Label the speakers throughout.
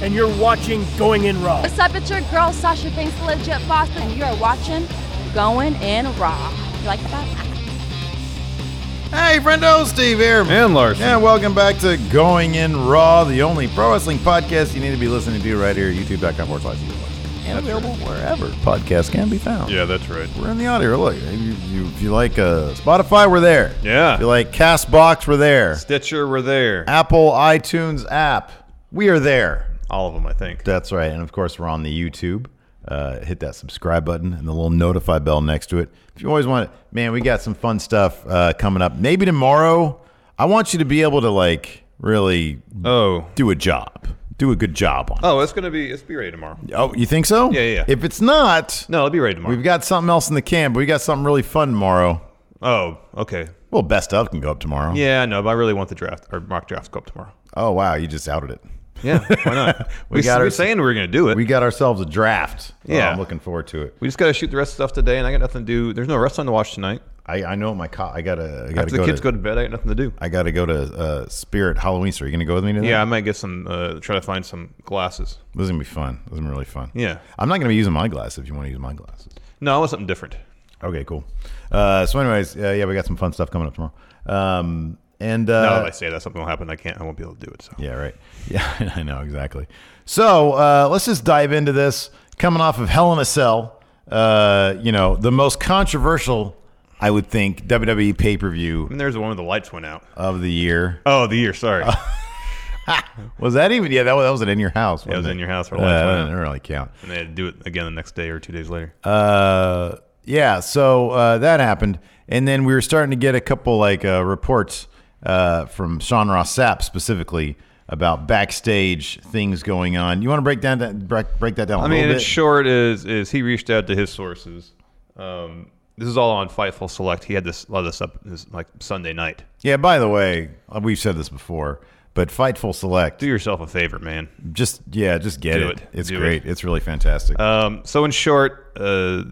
Speaker 1: and you're watching Going In Raw.
Speaker 2: What's up? It's your girl Sasha Banks, the legit boss, and you are watching Going in Raw. You like that?
Speaker 3: Hey, friendo, Steve here.
Speaker 4: And Larson.
Speaker 3: And welcome back to Going In Raw, the only pro wrestling podcast you need to be listening to right here, youtube.com forward slash YouTube. And available wherever podcasts can be found.
Speaker 4: Yeah, that's right.
Speaker 3: We're in the audio. Look, if you, you- if you like uh, Spotify, we're there.
Speaker 4: Yeah.
Speaker 3: If you like Castbox, we're there.
Speaker 4: Stitcher, we're there.
Speaker 3: Apple iTunes app, we are there.
Speaker 4: All of them, I think.
Speaker 3: That's right. And of course, we're on the YouTube. Uh, hit that subscribe button and the little notify bell next to it. If you always want it, man, we got some fun stuff uh, coming up. Maybe tomorrow. I want you to be able to like really
Speaker 4: Oh.
Speaker 3: do a job, do a good job on. it.
Speaker 4: Oh, it's going to be, it's be ready tomorrow.
Speaker 3: Oh, you think so?
Speaker 4: Yeah, yeah, yeah.
Speaker 3: If it's not,
Speaker 4: No, it'll be ready tomorrow.
Speaker 3: we've got something else in the can, but we got something really fun tomorrow.
Speaker 4: oh, okay.
Speaker 3: Well, best of can go up tomorrow.
Speaker 4: Yeah, no, but I really want the draft or mock drafts go up tomorrow.
Speaker 3: Oh wow, you just outed it.
Speaker 4: Yeah, why not?
Speaker 3: We
Speaker 4: we
Speaker 3: got
Speaker 4: got
Speaker 3: our-
Speaker 4: we're saying we we're going to do it.
Speaker 3: We
Speaker 4: We,
Speaker 3: got ourselves a draft. Oh,
Speaker 4: Yeah.
Speaker 3: I'm looking forward to it.
Speaker 4: just got to shoot the rest of stuff today, and I got nothing to do. There's no wrestling to watch tonight.
Speaker 3: I, I know my co- I gotta I gotta
Speaker 4: After
Speaker 3: go
Speaker 4: the kids
Speaker 3: to,
Speaker 4: go to bed, I got nothing to do.
Speaker 3: I got to go to uh, Spirit Halloween. So are you going to go with me to that?
Speaker 4: Yeah, I might get some, uh, try to find some glasses.
Speaker 3: This is going to be fun. This is gonna be really fun.
Speaker 4: Yeah.
Speaker 3: I'm not going to be using my glasses if you want to use my glasses.
Speaker 4: No, I want something different.
Speaker 3: Okay, cool. Uh, so, anyways, uh, yeah, we got some fun stuff coming up tomorrow. Um, and uh,
Speaker 4: Now that I say that, something will happen. I can't, I won't be able to do it. So.
Speaker 3: Yeah, right. Yeah, I know exactly. So uh, let's just dive into this. Coming off of Hell in a Cell, uh, you know, the most controversial, I would think, WWE pay per view
Speaker 4: And there's the one where the lights went out.
Speaker 3: of the year.
Speaker 4: Oh, the year, sorry.
Speaker 3: Was that even? Yeah, that, was, that wasn't in your house.
Speaker 4: Yeah, it was
Speaker 3: wasn't
Speaker 4: in your house for
Speaker 3: Uh,
Speaker 4: a lifetime.
Speaker 3: that doesn't really count.
Speaker 4: and they had to do it again the next day or two days later.
Speaker 3: Uh, yeah, so uh, that happened, and then we were starting to get a couple like uh, reports uh, from Sean Ross Sapp specifically about backstage things going on. You want to break down that break, break that down a
Speaker 4: I
Speaker 3: little
Speaker 4: mean, in
Speaker 3: bit?
Speaker 4: short, is is he reached out to his sources. Um, this is all on Fightful Select. He had this a lot of this up this, like Sunday night.
Speaker 3: yeah. By the way, uh, we've said this before, but Fightful Select,
Speaker 4: Do yourself a favor, man.
Speaker 3: just yeah, just get
Speaker 4: Do
Speaker 3: it.
Speaker 4: it.
Speaker 3: It's
Speaker 4: Do
Speaker 3: great. It's really fantastic.
Speaker 4: Um, so in short, uh,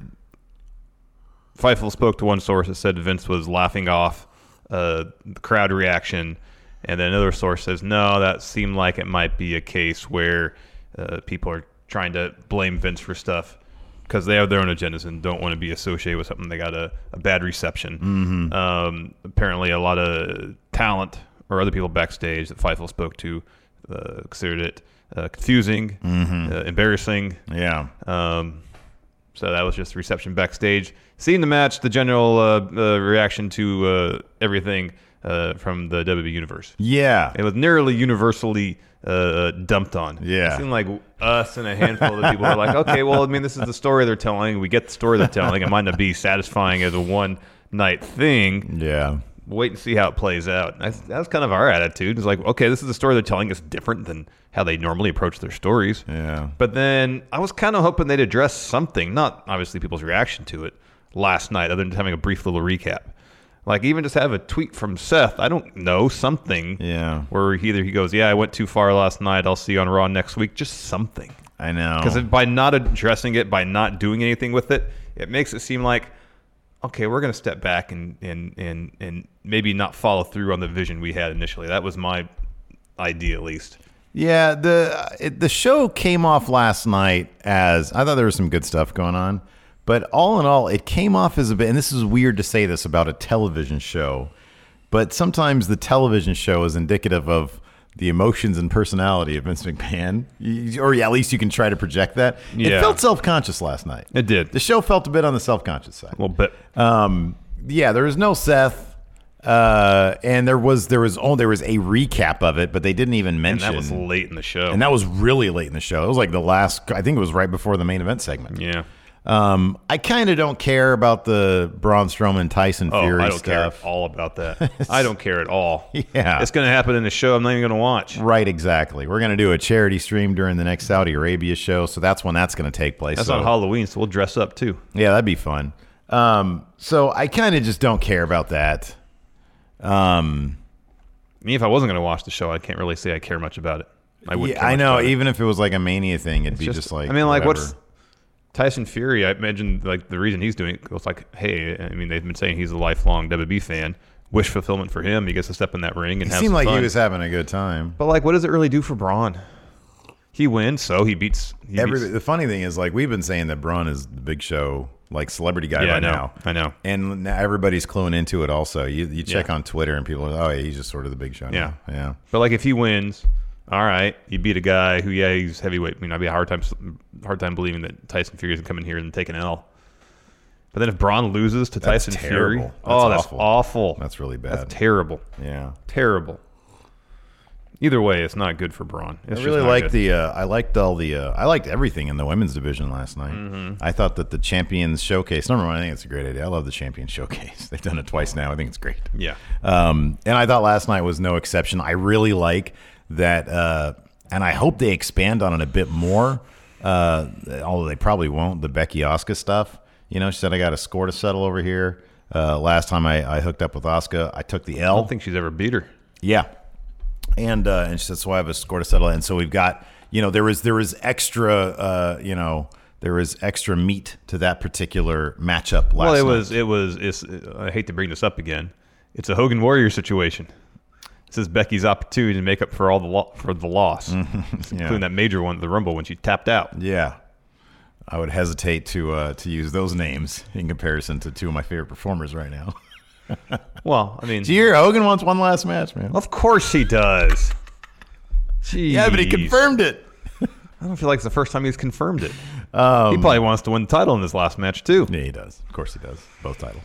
Speaker 4: Fightful spoke to one source that said Vince was laughing off uh, the crowd reaction, and then another source says no, that seemed like it might be a case where uh, people are trying to blame Vince for stuff because they have their own agendas and don't want to be associated with something they got a, a bad reception. Um, apparently, a lot of talent or other people backstage that Fightful spoke to uh, considered it uh, confusing, uh, embarrassing.
Speaker 3: yeah.
Speaker 4: Um, so that was just the reception backstage. Seeing the match, the general uh, uh, reaction to uh, everything uh, from the WWE universe.
Speaker 3: Yeah.
Speaker 4: It was nearly universally uh, dumped on.
Speaker 3: Yeah.
Speaker 4: it seemed like us and a handful of people were like, "Okay, well, I mean, this is the story they're telling. We get the story they're telling. It might not be satisfying as a one night thing.
Speaker 3: Yeah.
Speaker 4: Wait and see how it plays out." That's, that was kind of our attitude. It's like, okay, this is the story they're telling. It's different than how they normally approach their stories.
Speaker 3: Yeah.
Speaker 4: But then I was kind of hoping they'd address something, not obviously people's reaction to it last night, other than having a brief little recap. Like even just have a tweet from Seth, I don't know, something.
Speaker 3: Yeah.
Speaker 4: Where either he goes, Yeah, I went too far last night, I'll see you on Raw next week. Just something.
Speaker 3: I know.
Speaker 4: Because by not addressing it, by not doing anything with it, it makes it seem like okay, we're going to step back and and and and maybe not follow through on the vision we had initially. That was my idea, at least.
Speaker 3: Yeah, the it, the show came off last night as I thought there was some good stuff going on, but all in all, it came off as a bit. And this is weird to say this about a television show, but sometimes the television show is indicative of the emotions and personality of Vince McMahon, You- or at least you can try to project that. It
Speaker 4: Yeah.
Speaker 3: felt self conscious last night.
Speaker 4: It did.
Speaker 3: The show felt a bit on the self conscious side.
Speaker 4: A little bit.
Speaker 3: Um, yeah, there was no Seth, uh, and there was there was oh there was a recap of it, but they didn't even
Speaker 4: And
Speaker 3: mention
Speaker 4: that was late in the show.
Speaker 3: and that was really late in the show. It was like the last, I think it was right before the main event segment.
Speaker 4: yeah.
Speaker 3: Um, I kind of don't care about the Braun Strowman Tyson
Speaker 4: Oh,
Speaker 3: Fury
Speaker 4: I don't care
Speaker 3: stuff.
Speaker 4: at all about that. I don't care at all.
Speaker 3: Yeah.
Speaker 4: It's going to happen in the show. I'm not even going to watch.
Speaker 3: Right, exactly. We're gonna do a charity stream during the next Saudi Arabia show, so that's when that's gonna take place.
Speaker 4: That's
Speaker 3: so,
Speaker 4: on Halloween, so we'll dress up too.
Speaker 3: Yeah, that'd be fun. Um, so I kind of just don't care about that. Um,
Speaker 4: I mean, if I wasn't going to watch the show, I can't really say I care much about it. I would.
Speaker 3: yeah, I know. Even if it was like a mania thing, it'd be just,
Speaker 4: just,
Speaker 3: like
Speaker 4: I mean, like
Speaker 3: whatever.
Speaker 4: what's Tyson Fury? I imagine like the reason he's doing it was like, hey, I mean, they've been saying he's a lifelong WWE fan. Wish fulfillment for him. He gets to step in that ring and
Speaker 3: It
Speaker 4: have
Speaker 3: seemed
Speaker 4: some
Speaker 3: like he
Speaker 4: fun.
Speaker 3: was having a good time.
Speaker 4: But like, what does it really do for Braun? He wins, so he beats. He
Speaker 3: Every,
Speaker 4: beats-
Speaker 3: the funny thing is, like, we've been saying that Braun is the big show, like, celebrity guy
Speaker 4: Yeah,
Speaker 3: by
Speaker 4: I know.
Speaker 3: now.
Speaker 4: I know.
Speaker 3: And now everybody's cluing into it also. You, you check
Speaker 4: Yeah.
Speaker 3: on Twitter and people are, oh, yeah, he's just sort of the big show. now."
Speaker 4: Yeah.
Speaker 3: Yeah.
Speaker 4: But like, if he wins, all right, you beat a guy who, yeah, he's heavyweight. I mean, I'd be a hard time hard time believing that Tyson Fury isn't coming here and taking an L. But then if Braun loses to
Speaker 3: That's
Speaker 4: Tyson
Speaker 3: terrible.
Speaker 4: Fury,
Speaker 3: That's
Speaker 4: oh, that's
Speaker 3: awful.
Speaker 4: awful.
Speaker 3: That's really bad.
Speaker 4: That's terrible.
Speaker 3: Yeah.
Speaker 4: Terrible. Either way, it's not good for Braun. It's
Speaker 3: I
Speaker 4: just
Speaker 3: really
Speaker 4: not
Speaker 3: liked
Speaker 4: good.
Speaker 3: the. Uh, I liked all the. Uh, I liked everything in the women's division last night.
Speaker 4: Mm-hmm.
Speaker 3: I thought that the champions showcase. Number one, I think it's a great idea. I love the champions showcase. They've done it twice now. I think it's great.
Speaker 4: Yeah.
Speaker 3: Um, and I thought last night was no exception. I really like that, uh, and I hope they expand on it a bit more. Uh, although they probably won't. The Becky Oscar stuff. You know, she said I got a score to settle over here. Uh, last time I, I hooked up with Oscar, I took the
Speaker 4: I
Speaker 3: L.
Speaker 4: don't think she's ever beat her.
Speaker 3: Yeah, and uh, and she said, "So I have a score to settle." And so we've got, you know, there was there was extra, uh, you know, there was extra meat to that particular matchup last
Speaker 4: Well, it
Speaker 3: night.
Speaker 4: was. It was. It's. I hate to bring this up again. It's a Hogan Warrior situation. This is Becky's opportunity to make up for all the lo- for the loss,
Speaker 3: Yeah.
Speaker 4: including that major one, the Rumble, when she tapped out.
Speaker 3: Yeah, I would hesitate to uh, to use those names in comparison to two of my favorite performers right now.
Speaker 4: Well, I mean,
Speaker 3: Do you hear Hogan wants one last match, man?
Speaker 4: of course he does. Jeez.
Speaker 3: Yeah, but he confirmed it.
Speaker 4: I don't feel like it's the first time he's confirmed it. he
Speaker 3: Um,
Speaker 4: probably wants to win the title in this last match too.
Speaker 3: Yeah, he does. Of course, he does. Both titles.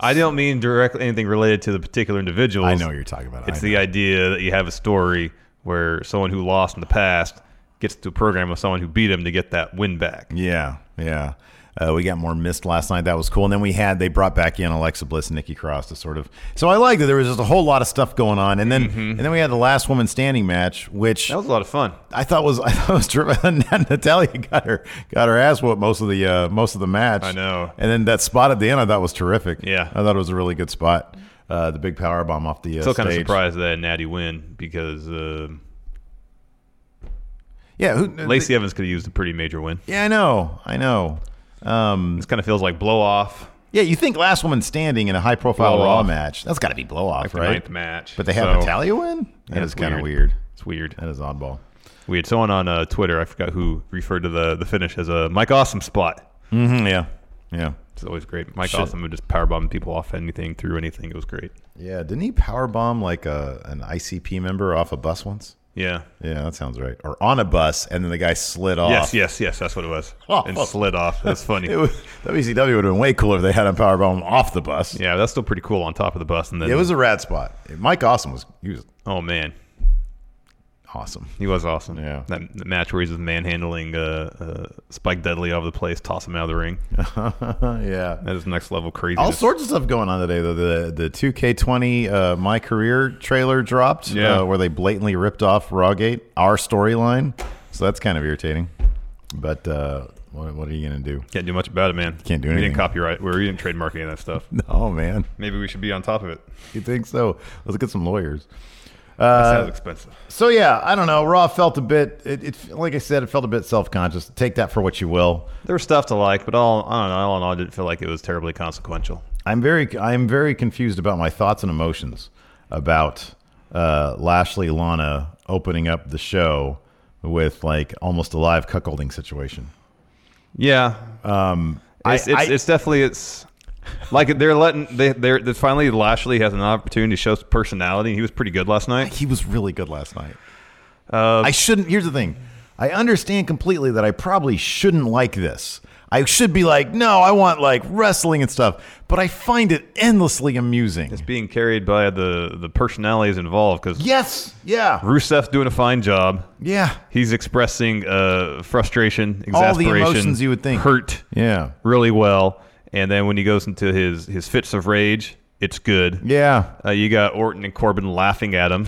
Speaker 4: I don't mean directly anything related to the particular individuals.
Speaker 3: I know what you're talking about.
Speaker 4: It's
Speaker 3: I
Speaker 4: the idea that you have a story where someone who lost in the past gets to a program with someone who beat him to get that win back.
Speaker 3: Yeah, yeah. Uh, we got more missed last night. That was cool. And then we had they brought back in Alexa Bliss and Nikki Cross to sort of. So I like that there was just a whole lot of stuff going on. And then and then we had the last woman standing match, which
Speaker 4: Mm-hmm. That was a lot of fun.
Speaker 3: I thought was I thought was terrific. Natalia got her got her ass whooped most of the uh, most of the match.
Speaker 4: I know.
Speaker 3: And then that spot at the end I thought was terrific.
Speaker 4: Yeah.
Speaker 3: I thought it was a really good spot. Uh, the big power bomb off the uh,
Speaker 4: Still kind of
Speaker 3: stage.
Speaker 4: surprised that Natty win because um
Speaker 3: Yeah, who, uh,
Speaker 4: Lacey Evans could have used a pretty major win.
Speaker 3: Yeah, I know, I know. Um,
Speaker 4: This kind of feels like blow off,
Speaker 3: yeah, you think last woman standing in a high profile
Speaker 4: Blow
Speaker 3: Raw
Speaker 4: off.
Speaker 3: match? That's got to be blow off,
Speaker 4: like the
Speaker 3: right?
Speaker 4: ninth match.
Speaker 3: But they have
Speaker 4: So-
Speaker 3: Natalia win? That
Speaker 4: Yeah,
Speaker 3: is
Speaker 4: it's
Speaker 3: kind of weird.
Speaker 4: It's weird.
Speaker 3: That is oddball.
Speaker 4: We had someone on uh, Twitter, I forgot who, referred to the, the finish as a Mike Awesome spot. Hmm,
Speaker 3: Mm-hmm, yeah. Yeah.
Speaker 4: It's always great. Mike
Speaker 3: Shit.
Speaker 4: Awesome would just powerbomb people off anything, through anything. It was great.
Speaker 3: Yeah. Didn't he powerbomb like a, an ICP member off a bus once?
Speaker 4: Yeah.
Speaker 3: Yeah, that sounds right. Or on a bus, and then the guy slid off.
Speaker 4: Yes, yes, yes. That's what it was.
Speaker 3: Off.
Speaker 4: And slid off. That's funny.
Speaker 3: It was, WCW would have been way cooler if they had him powerbomb off the bus.
Speaker 4: Yeah, that's still pretty cool on top of the bus. And then
Speaker 3: It was a rad spot. Mike Awesome was he was
Speaker 4: oh man,
Speaker 3: awesome.
Speaker 4: he was awesome.
Speaker 3: Yeah.
Speaker 4: that, that match where he's just manhandling uh, uh, Spike Dudley all over the place, toss him out of the ring.
Speaker 3: yeah.
Speaker 4: That is next level crazy.
Speaker 3: All sorts of stuff going on today. though. The the 2K20 uh, My Career trailer dropped
Speaker 4: Yeah.
Speaker 3: uh, where they blatantly ripped off Rawgate, our storyline. So that's kind of irritating. But uh, what, what are you going to do?
Speaker 4: Can't do much about it, man.
Speaker 3: Can't do
Speaker 4: We
Speaker 3: anything.
Speaker 4: didn't copyright. We didn't trademark any of that stuff.
Speaker 3: Oh, man.
Speaker 4: Maybe we should be on top of it.
Speaker 3: You think so? Let's get some lawyers.
Speaker 4: That sounds expensive.
Speaker 3: So yeah, I don't know. Raw felt a bit. It, it like I said, it felt a bit self conscious. Take that for what you will.
Speaker 4: There was stuff to like, but all I don't know. All in all, I didn't feel like it was terribly consequential.
Speaker 3: I'm very I'm very confused about my thoughts and emotions about uh, Lashley Lana opening up the show with like almost a live cuckolding situation.
Speaker 4: Yeah, it's,
Speaker 3: I-
Speaker 4: it's,
Speaker 3: I-
Speaker 4: it's definitely it's like they're letting they they're that finally Lashley has an opportunity to show some personality. He was pretty good last night.
Speaker 3: He was really good last night. I shouldn't. Here's the thing. I understand completely that I probably shouldn't like this. I should be like, no, I want like wrestling and stuff, but I find it endlessly amusing.
Speaker 4: It's being carried by the the personalities involved because
Speaker 3: Yes. Yeah.
Speaker 4: Rusev's doing a fine job.
Speaker 3: Yeah.
Speaker 4: He's expressing uh, frustration,
Speaker 3: All the
Speaker 4: exasperation,
Speaker 3: emotions you would think.
Speaker 4: hurt
Speaker 3: Yeah.
Speaker 4: really well. And then when he goes into his his fits of rage, it's good.
Speaker 3: Yeah.
Speaker 4: Uh, you got Orton and Corbin laughing at him.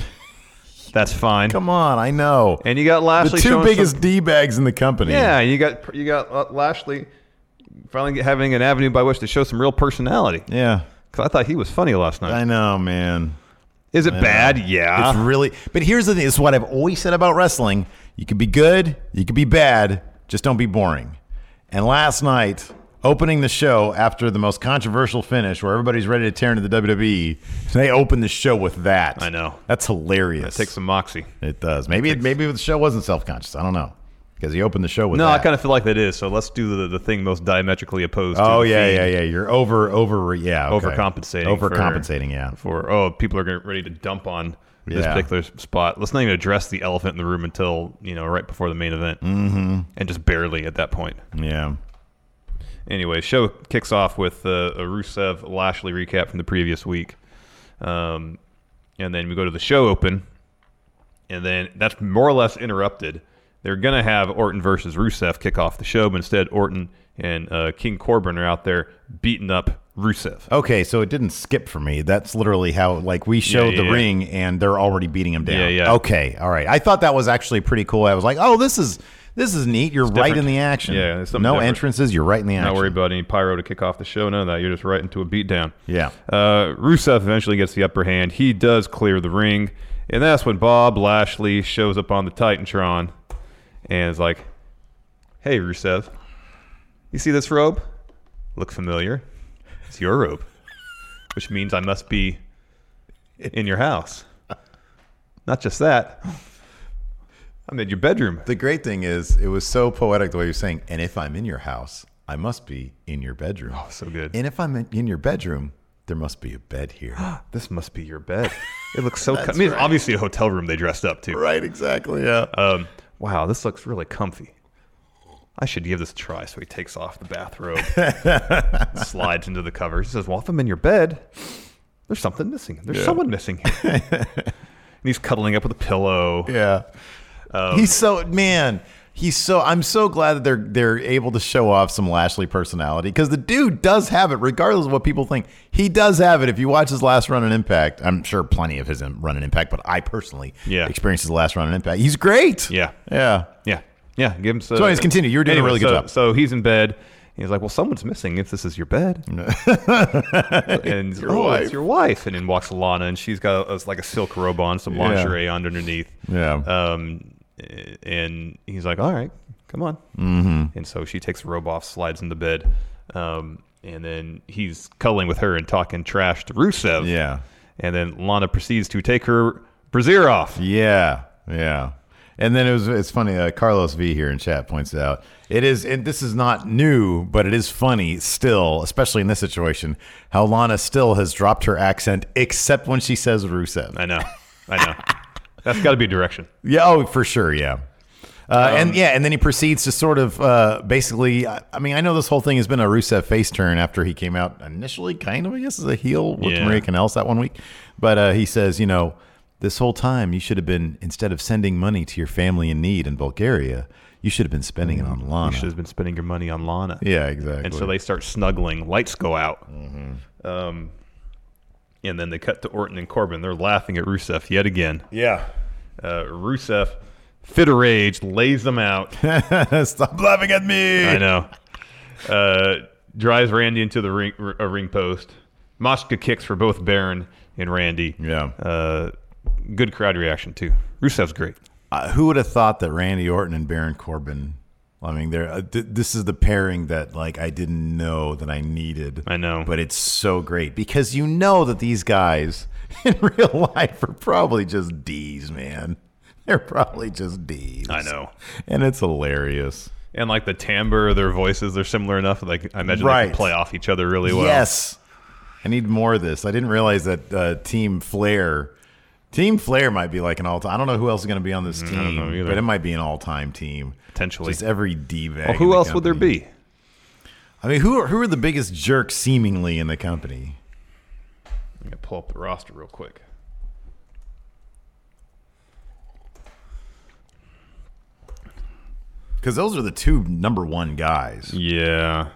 Speaker 4: That's fine.
Speaker 3: Come on. I know.
Speaker 4: And you got
Speaker 3: the
Speaker 4: Lashley
Speaker 3: two
Speaker 4: showing
Speaker 3: biggest
Speaker 4: some-
Speaker 3: d bags in the company.
Speaker 4: yeah, you got you got uh, Lashley finally get- having an avenue by which to show some real personality.
Speaker 3: Yeah.
Speaker 4: Because I thought he was funny last night.
Speaker 3: I know, man.
Speaker 4: Is it bad? Yeah.
Speaker 3: It's really. But here's the thing. It's what I've always said about wrestling. You could be good. You could be bad. Just don't be boring. And last night, opening the show after the most controversial finish, where everybody's ready to tear into the WWE, they opened the show with that.
Speaker 4: I know.
Speaker 3: That's hilarious.
Speaker 4: Take some moxie.
Speaker 3: It does. Maybe it, maybe the show wasn't self conscious. I don't know because he opened the show with
Speaker 4: No,
Speaker 3: That.
Speaker 4: I kind of feel like that is. So let's do the, the thing most diametrically opposed. to
Speaker 3: Oh
Speaker 4: the
Speaker 3: yeah,
Speaker 4: Fiend
Speaker 3: yeah, yeah. You're over, over, yeah. okay.
Speaker 4: Overcompensating. for-
Speaker 3: Overcompensating. yeah.
Speaker 4: For oh, people are gonna, ready to dump on this
Speaker 3: Yeah.
Speaker 4: particular spot. Let's not even address the elephant in the room until you know right before the main event, mm-hmm. and just barely at that point.
Speaker 3: Yeah.
Speaker 4: Anyway, show kicks off with uh, a Rusev Lashley recap from the previous week, um, and then we go to the show open, and then that's more or less interrupted. They're gonna have Orton versus Rusev kick off the show, but instead Orton and uh, King Corbin are out there beating up Rusev.
Speaker 3: Okay, so it didn't skip for me. That's literally how like we showed
Speaker 4: yeah,
Speaker 3: the
Speaker 4: yeah.
Speaker 3: ring and they're already beating him down.
Speaker 4: Yeah, yeah.
Speaker 3: Okay, all right. I thought that was actually pretty cool. I was like, oh, this is this is neat. You're right
Speaker 4: different.
Speaker 3: in the action.
Speaker 4: Yeah, it's
Speaker 3: no
Speaker 4: something different.
Speaker 3: entrances. You're right in the action.
Speaker 4: Not worry about any pyro to kick off the show. None of that. You're just right into a beatdown.
Speaker 3: Yeah.
Speaker 4: Uh, Rusev eventually gets the upper hand. He does clear the ring, and that's when Bob Lashley shows up on the Titantron, and is like, "Hey, Rusev, you see this robe? Look familiar? It's your robe, which means I must be in your house. Not just that, I'm in your bedroom.
Speaker 3: the great thing is, it was so poetic the way you're saying. And if I'm in your house, I must be in your bedroom. Oh,
Speaker 4: so good.
Speaker 3: And if I'm in- in your bedroom, there must be a bed here.
Speaker 4: This must be your bed. It looks so. com- I mean, it's obviously a hotel room they dressed up to.
Speaker 3: right. Exactly. Yeah.
Speaker 4: Um, wow, this looks really comfy. I should give this a try. So he takes off the bathrobe, slides into the covers. He says, Well, if I'm in your bed, there's something missing. There's someone missing here. and he's cuddling up with a pillow.
Speaker 3: Yeah.
Speaker 4: Um,
Speaker 3: he's so man. He's so. I'm so glad that they're they're able to show off some Lashley personality because the dude does have it, regardless of what people think. He does have it. If you watch his last run in Impact, I'm sure plenty of his in- run in Impact, but I personally
Speaker 4: Yeah.
Speaker 3: experienced his last run in Impact. He's great.
Speaker 4: Yeah.
Speaker 3: Yeah.
Speaker 4: Yeah. Yeah. Give him some.
Speaker 3: So anyways, continue. You were doing a really good
Speaker 4: so,
Speaker 3: job.
Speaker 4: So he's in bed. and He's like, well, someone's missing if this is your bed. and he's, oh,
Speaker 3: wife.
Speaker 4: it's your wife. And then walks Lana, and she's got a, like a silk robe on, some lingerie on underneath.
Speaker 3: Yeah.
Speaker 4: Um, and he's like, all right, come on. Mm-hmm. And so she takes the robe off, slides into bed. Um, and then he's cuddling with her and talking trash to Rusev.
Speaker 3: Yeah.
Speaker 4: And then Lana proceeds to take her brazier off.
Speaker 3: Yeah, yeah. And then it was it's funny. Uh, Carlos V here in chat points it out it is, and this is not new, but it is funny still, especially in this situation, how Lana still has dropped her accent except when she says Rusev.
Speaker 4: I know. I know. That's got to be direction.
Speaker 3: Yeah, oh for sure, yeah. Uh, and
Speaker 4: Um,
Speaker 3: yeah, and then he proceeds to sort of uh, basically. I, I mean, I know this whole thing has been a Rusev face turn after he came out initially, kind of, I guess, as a heel with
Speaker 4: Yeah.
Speaker 3: Maria Canales that one week. But uh, he says, you know, this whole time you should have been, instead of sending money to your family in need in Bulgaria, you should have been spending it on Lana.
Speaker 4: Mm, should have been spending your money on Lana.
Speaker 3: Yeah, exactly.
Speaker 4: And so they start snuggling. Lights go out. Um,
Speaker 3: Mm-hmm.
Speaker 4: and then they cut to Orton and Corbin. They're laughing at Rusev yet again.
Speaker 3: yeah.
Speaker 4: Uh, Rusev, fit of rage, lays them out.
Speaker 3: Stop laughing at me.
Speaker 4: I know. Uh, drives Randy into the ring, r- a ring post. Moshka kicks for both Baron and Randy.
Speaker 3: Yeah.
Speaker 4: Uh, good crowd reaction too. Rusev's great.
Speaker 3: Uh, who would have thought that Randy Orton and Baron Corbin? I mean, they're, uh, th- this is the pairing that like I didn't know that I needed.
Speaker 4: I know.
Speaker 3: but it's so great because you know that these guys in real life are probably just D's, man. They're probably just D's.
Speaker 4: I know.
Speaker 3: and it's hilarious.
Speaker 4: And like the timbre of their voices, they're similar enough. Like I imagine they
Speaker 3: Right.
Speaker 4: can play off each other really well.
Speaker 3: Yes, I need more of this. I didn't realize that uh, Team Flair, Team Flair might be like an all. time I don't know who else is going to be on this team,
Speaker 4: Mm, know either.
Speaker 3: but it might be an all-time team
Speaker 4: Potentially.
Speaker 3: Just every D bag.
Speaker 4: Well, who else would there be?
Speaker 3: I mean, who are, who are the biggest jerks seemingly in the company?
Speaker 4: I'm gonna pull up the roster real quick.
Speaker 3: Because those are the two number one guys.
Speaker 4: Yeah.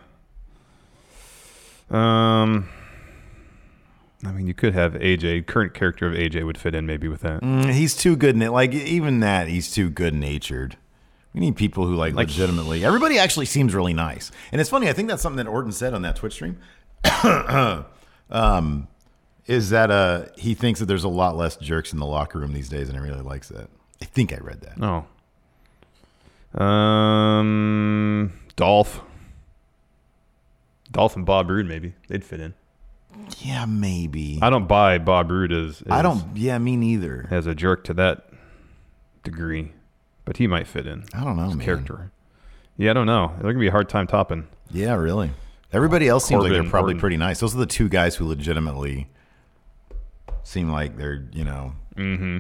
Speaker 4: Um. I mean, you could have AJ. Current character of AJ would fit in maybe with that.
Speaker 3: Mm, He's too good in it. Like even that, he's too good natured. We need people who like, legitimately. Everybody actually seems really nice, and it's funny. I think that's something that Orton said on that Twitch stream. um, is that uh he thinks that there's a lot less jerks in the locker room these days, and he really likes that. I think I read that.
Speaker 4: No. Oh. Um, Dolph. Dolph and Bob Roode maybe they'd fit in.
Speaker 3: Yeah, maybe.
Speaker 4: I don't buy Bob Roode as, as
Speaker 3: I don't. Yeah, me neither.
Speaker 4: as a jerk to that degree, but he might fit in.
Speaker 3: I don't know, man.
Speaker 4: Character. Yeah, I don't know. They're gonna be a hard time topping.
Speaker 3: Yeah, really. Everybody else seems like
Speaker 4: Corbin
Speaker 3: they're probably
Speaker 4: Orton.
Speaker 3: pretty nice. Those are the two guys who legitimately seem like they're you know. Mm-hmm.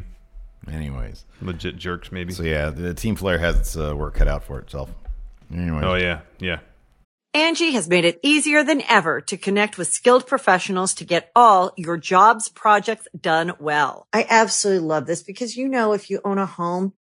Speaker 3: Anyways.
Speaker 4: Legit jerks maybe.
Speaker 3: So yeah, the Team Flair has its uh, work cut out for itself. Anyway,
Speaker 4: Oh yeah, yeah.
Speaker 5: Angie has made it easier than ever to connect with skilled professionals to get all your jobs projects done well. I absolutely love this because, you know, if you own a home,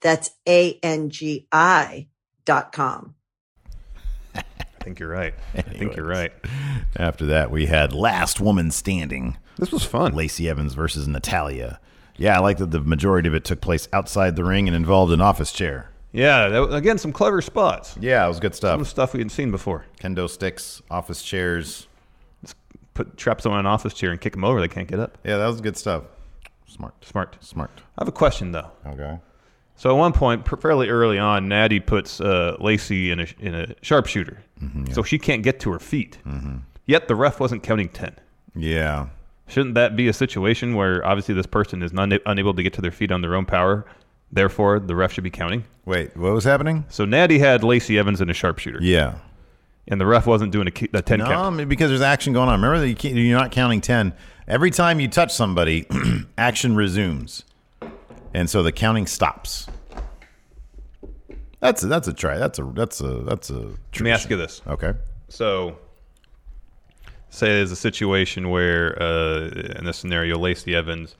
Speaker 5: That's A-N-G-I dot com.
Speaker 4: I think you're right. I think you're right.
Speaker 3: Anyways. after that we had Last Woman Standing,
Speaker 4: This was fun.
Speaker 3: Lacey Evans versus Natalia. Yeah, I like that the majority of it took place outside the ring and involved an office chair.
Speaker 4: Yeah, that, was- again, some clever spots.
Speaker 3: Yeah, it was good
Speaker 4: Some
Speaker 3: stuff.
Speaker 4: stuff we hadn't seen before.
Speaker 3: Kendo sticks, office chairs.
Speaker 4: Put trap someone in an office chair and kick them over; they can't get up.
Speaker 3: Yeah, that was good stuff. Smart,
Speaker 4: Smart.
Speaker 3: smart.
Speaker 4: I have a question though.
Speaker 3: Okay.
Speaker 4: So at one point, pr- fairly early on, Natty puts uh, Lacey in a in a sharpshooter, so she can't get to her feet. Yet the ref wasn't counting ten.
Speaker 3: Yeah,
Speaker 4: Shouldn't that be a situation where obviously this person is not unable to get to their feet on their own power? Therefore, the ref should be counting.
Speaker 3: Wait, what was happening?
Speaker 4: So Natty had Lacey Evans in a sharpshooter,
Speaker 3: Yeah.
Speaker 4: and the ref wasn't doing a, ki- a ten
Speaker 3: No, I
Speaker 4: count.
Speaker 3: mean, because there's action going on. Remember that you can't, you're not counting 10. Every time you touch somebody, action resumes. And so the counting stops. That's a, that's a try. That's a that's a that's a
Speaker 4: Let me ask you this:
Speaker 3: Okay.
Speaker 4: So, say there's a situation where, uh, in this scenario, Lacey Evans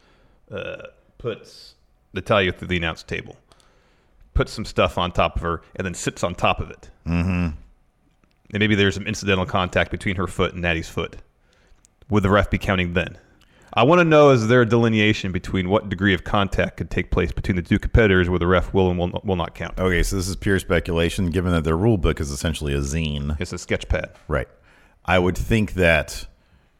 Speaker 4: uh, puts Natalia through the announce table, puts some stuff on top of her, and then sits on top of it. Mm-hmm. And maybe there's some incidental contact between her foot and Natty's foot. Would the ref be counting then? I want to know is there a delineation between what degree of contact could take place between the two competitors where the ref will and will not, will not count?
Speaker 3: Okay, so this is pure speculation given that their rule book is essentially a zine.
Speaker 4: It's a sketch pad.
Speaker 3: Right. I would think that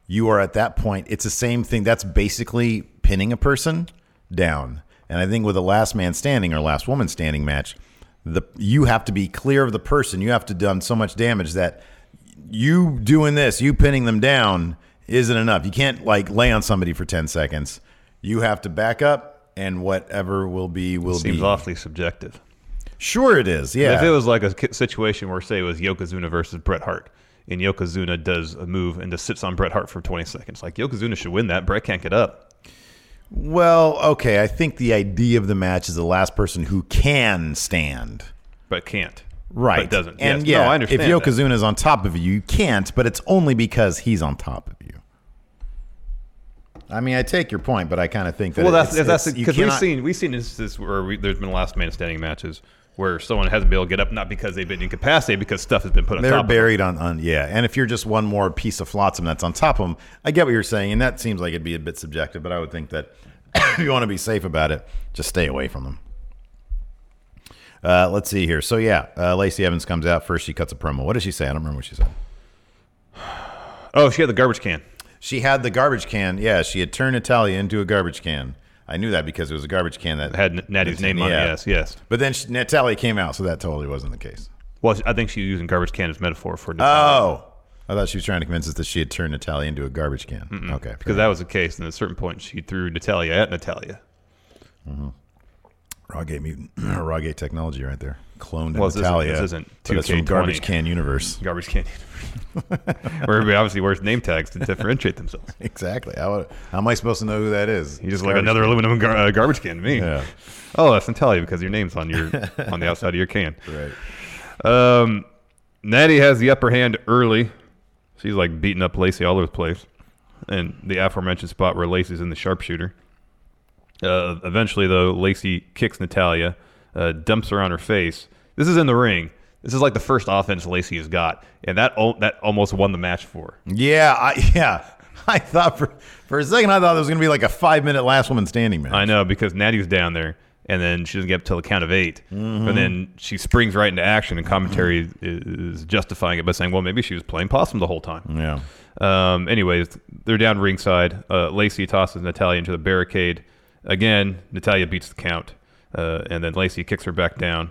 Speaker 3: you are at that point. It's the same thing. That's basically pinning a person down. And I think with a last man standing or last woman standing match, the you have to be clear of the person. You have to done so much damage that you doing this, you pinning them down isn't enough. You can't like lay on somebody for 10 seconds. You have to back up, and whatever will be will
Speaker 4: Seems
Speaker 3: be.
Speaker 4: awfully subjective.
Speaker 3: Sure, it is. Yeah.
Speaker 4: If it was like a ki- situation where, say, it was Yokozuna versus Bret Hart, and Yokozuna does a move and just sits on Bret Hart for 20 seconds, like Yokozuna should win that. Bret can't get up.
Speaker 3: well, okay. I think the idea of the match is the last person who can stand.
Speaker 4: Bret can't.
Speaker 3: Right.
Speaker 4: But doesn't.
Speaker 3: And
Speaker 4: Yes.
Speaker 3: yeah,
Speaker 4: no, I understand.
Speaker 3: if
Speaker 4: that.
Speaker 3: Yokozuna is on top of you, you can't, but it's only because he's on top of you. I mean, I take your point, but I kind of think that
Speaker 4: well, that's
Speaker 3: it's-
Speaker 4: that's
Speaker 3: it's- you
Speaker 4: because we've
Speaker 3: cannot-
Speaker 4: seen we've seen instances where we, there's been last man standing matches where someone hasn't been able to get up, not because they've been incapacitated, because stuff has been put on
Speaker 3: They're
Speaker 4: top. of them.
Speaker 3: buried on, on yeah, and if you're just one more piece of flotsam that's on top of them, I get what you're saying, and that seems like it'd be a bit subjective, but I would think that if you want to be safe about it, just stay away from them. Uh, let's see here. So yeah, uh, Lacey Evans comes out first. She cuts a promo. What did she say? I don't remember what she said.
Speaker 4: Oh, she had the garbage can.
Speaker 3: She had the garbage can. Yeah, she had turned Natalia into a garbage can. I knew that because it was a garbage can that
Speaker 4: It had N- Natty's name on it.
Speaker 3: Yeah.
Speaker 4: Yes, yes.
Speaker 3: But then she, Natalia came out, so that totally wasn't the case.
Speaker 4: Well, I think she was using garbage can as metaphor for
Speaker 3: Oh, I thought she was trying to convince us that she had turned Natalia into a garbage can. Okay, fair
Speaker 4: because that was the case. And at a certain point, she threw Natalia at Natalia.
Speaker 3: Rawgate mutant, Rawgate technology, right there. Cloned well,
Speaker 4: Well, this isn't-
Speaker 3: Natalia.
Speaker 4: this isn't
Speaker 3: but it's from
Speaker 4: 2K20.
Speaker 3: garbage can universe.
Speaker 4: Garbage can. Where everybody obviously wears name tags to differentiate themselves.
Speaker 3: Exactly. How, would- how am I supposed to know who that is?
Speaker 4: You
Speaker 3: It's
Speaker 4: just like
Speaker 3: garbage
Speaker 4: another
Speaker 3: can.
Speaker 4: aluminum gar- uh, garbage can to me.
Speaker 3: Yeah.
Speaker 4: Oh, that's Natalia because your name's on your on the outside of your can.
Speaker 3: Right.
Speaker 4: Um, Natty has the upper hand early. She's like beating up Lacey all over the place. And the aforementioned spot where Lacey's in the sharpshooter. Uh, eventually, though, Lacey kicks Natalia, uh, dumps her on her face. This is in the ring. This is like the first offense Lacey has got, and that al- that almost won the match for. her.
Speaker 3: Yeah. I, yeah. I thought for for a second I thought it was going to be like a five minute last woman standing match.
Speaker 4: I know because Natty's down there, and then she doesn't get up till the count of 8
Speaker 3: Mm-hmm.
Speaker 4: and then she springs right into action. And commentary is justifying it by saying, "Well, maybe she was playing possum the whole time."
Speaker 3: Yeah.
Speaker 4: Um, anyways, they're down ringside. Uh, Lacey tosses Natalia into the barricade. Again, Natalia beats the count, uh, and then Lacey kicks her back down.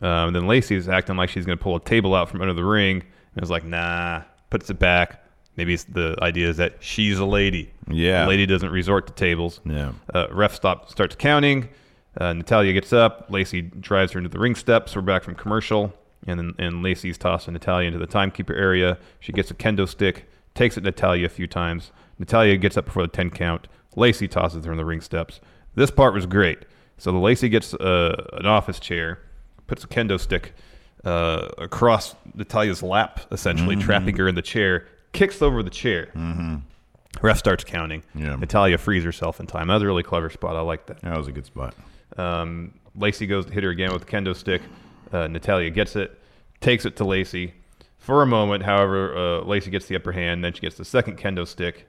Speaker 4: Um, then Lacey's acting like she's going to pull a table out from under the ring, and is like, "Nah," puts it back. Maybe it's the idea is that she's a lady.
Speaker 3: Yeah.
Speaker 4: a lady doesn't resort to tables.
Speaker 3: Yeah.
Speaker 4: Uh, ref stop starts counting. Uh, Natalia gets up. Lacey drives her into the ring steps. We're back from commercial, and then and Lacey's tossing Natalia into the timekeeper area. She gets a kendo stick, takes it to Natalia a few times. Natalia gets up before the ten count. Lacey tosses her in the ring steps. This part was great. So Lacey gets uh, an office chair, puts a kendo stick uh, across Natalia's lap, essentially
Speaker 3: Mm-hmm.
Speaker 4: trapping her in the chair. Kicks over the chair. Ref starts counting.
Speaker 3: Yeah.
Speaker 4: Natalia frees herself in time. That was a really clever spot. I like that.
Speaker 3: That was a good spot.
Speaker 4: Um, Lacey goes to hit her again with the kendo stick. Uh, Natalia gets it, takes it to Lacey. For a moment, however, uh, Lacey gets the upper hand. Then she gets the second kendo stick,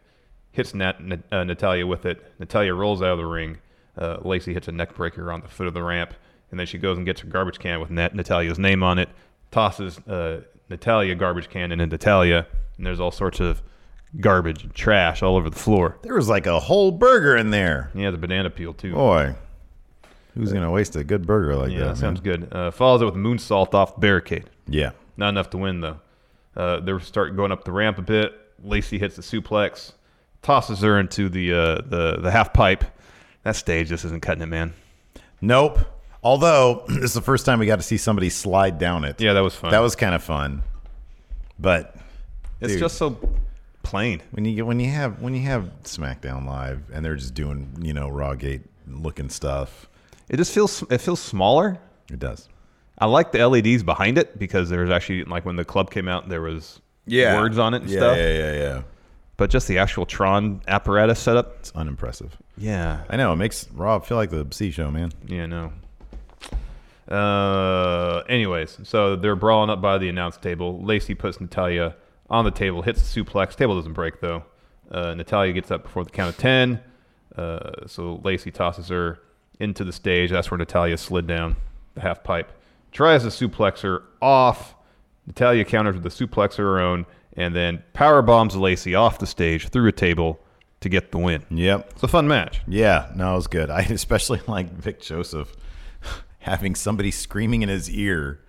Speaker 4: hits Nat- Nat- uh, Natalia with it. Natalia rolls out of the ring. Uh, Lacey hits a neck breaker on the foot of the ramp. And then she goes and gets her garbage can with Nat- Natalia's name on it, tosses uh, Natalia garbage can into Natalia. And there's all sorts of garbage and trash all over the floor.
Speaker 3: There was like a whole burger in there.
Speaker 4: Yeah, the banana peel too.
Speaker 3: Boy, who's going to waste a good burger like
Speaker 4: yeah,
Speaker 3: that?
Speaker 4: that sounds
Speaker 3: man?
Speaker 4: good. Uh, follows it with moonsault off the barricade.
Speaker 3: Yeah.
Speaker 4: Not enough to win though. Uh, they start going up the ramp a bit. Lacey hits the suplex, tosses her into the uh, the the half pipe. That stage just isn't cutting it, man.
Speaker 3: Nope. Although this is the first time we got to see somebody slide down it.
Speaker 4: Yeah, that was fun.
Speaker 3: That was kind of fun. But
Speaker 4: it's
Speaker 3: dude.
Speaker 4: just so plain.
Speaker 3: when you get when you have when you have SmackDown Live and they're just doing you know Rawgate looking stuff,
Speaker 4: It just feels it feels smaller.
Speaker 3: it does.
Speaker 4: I like the LEDs behind it because there was actually like when the club came out, there was words on it and
Speaker 3: yeah,
Speaker 4: stuff.
Speaker 3: Yeah, yeah, yeah.
Speaker 4: But just the actual Tron apparatus setup.
Speaker 3: It's unimpressive.
Speaker 4: Yeah,
Speaker 3: I know it makes Raw feel like the C show, man.
Speaker 4: Yeah, no. Uh, anyways, so they're brawling up by the announce table. Lacey puts Natalia on the table, hits the suplex. Table doesn't break though. Uh, Natalia gets up before the count of ten. Uh, so Lacey tosses her into the stage. That's where Natalia slid down the half pipe. Tries to suplex her off. Natalia counters with the suplex of her own, and then power bombs Lacey off the stage through a table to get the win.
Speaker 3: Yep.
Speaker 4: It's a fun match.
Speaker 3: Yeah, no, it was good. I especially like Vic Joseph having somebody screaming in his ear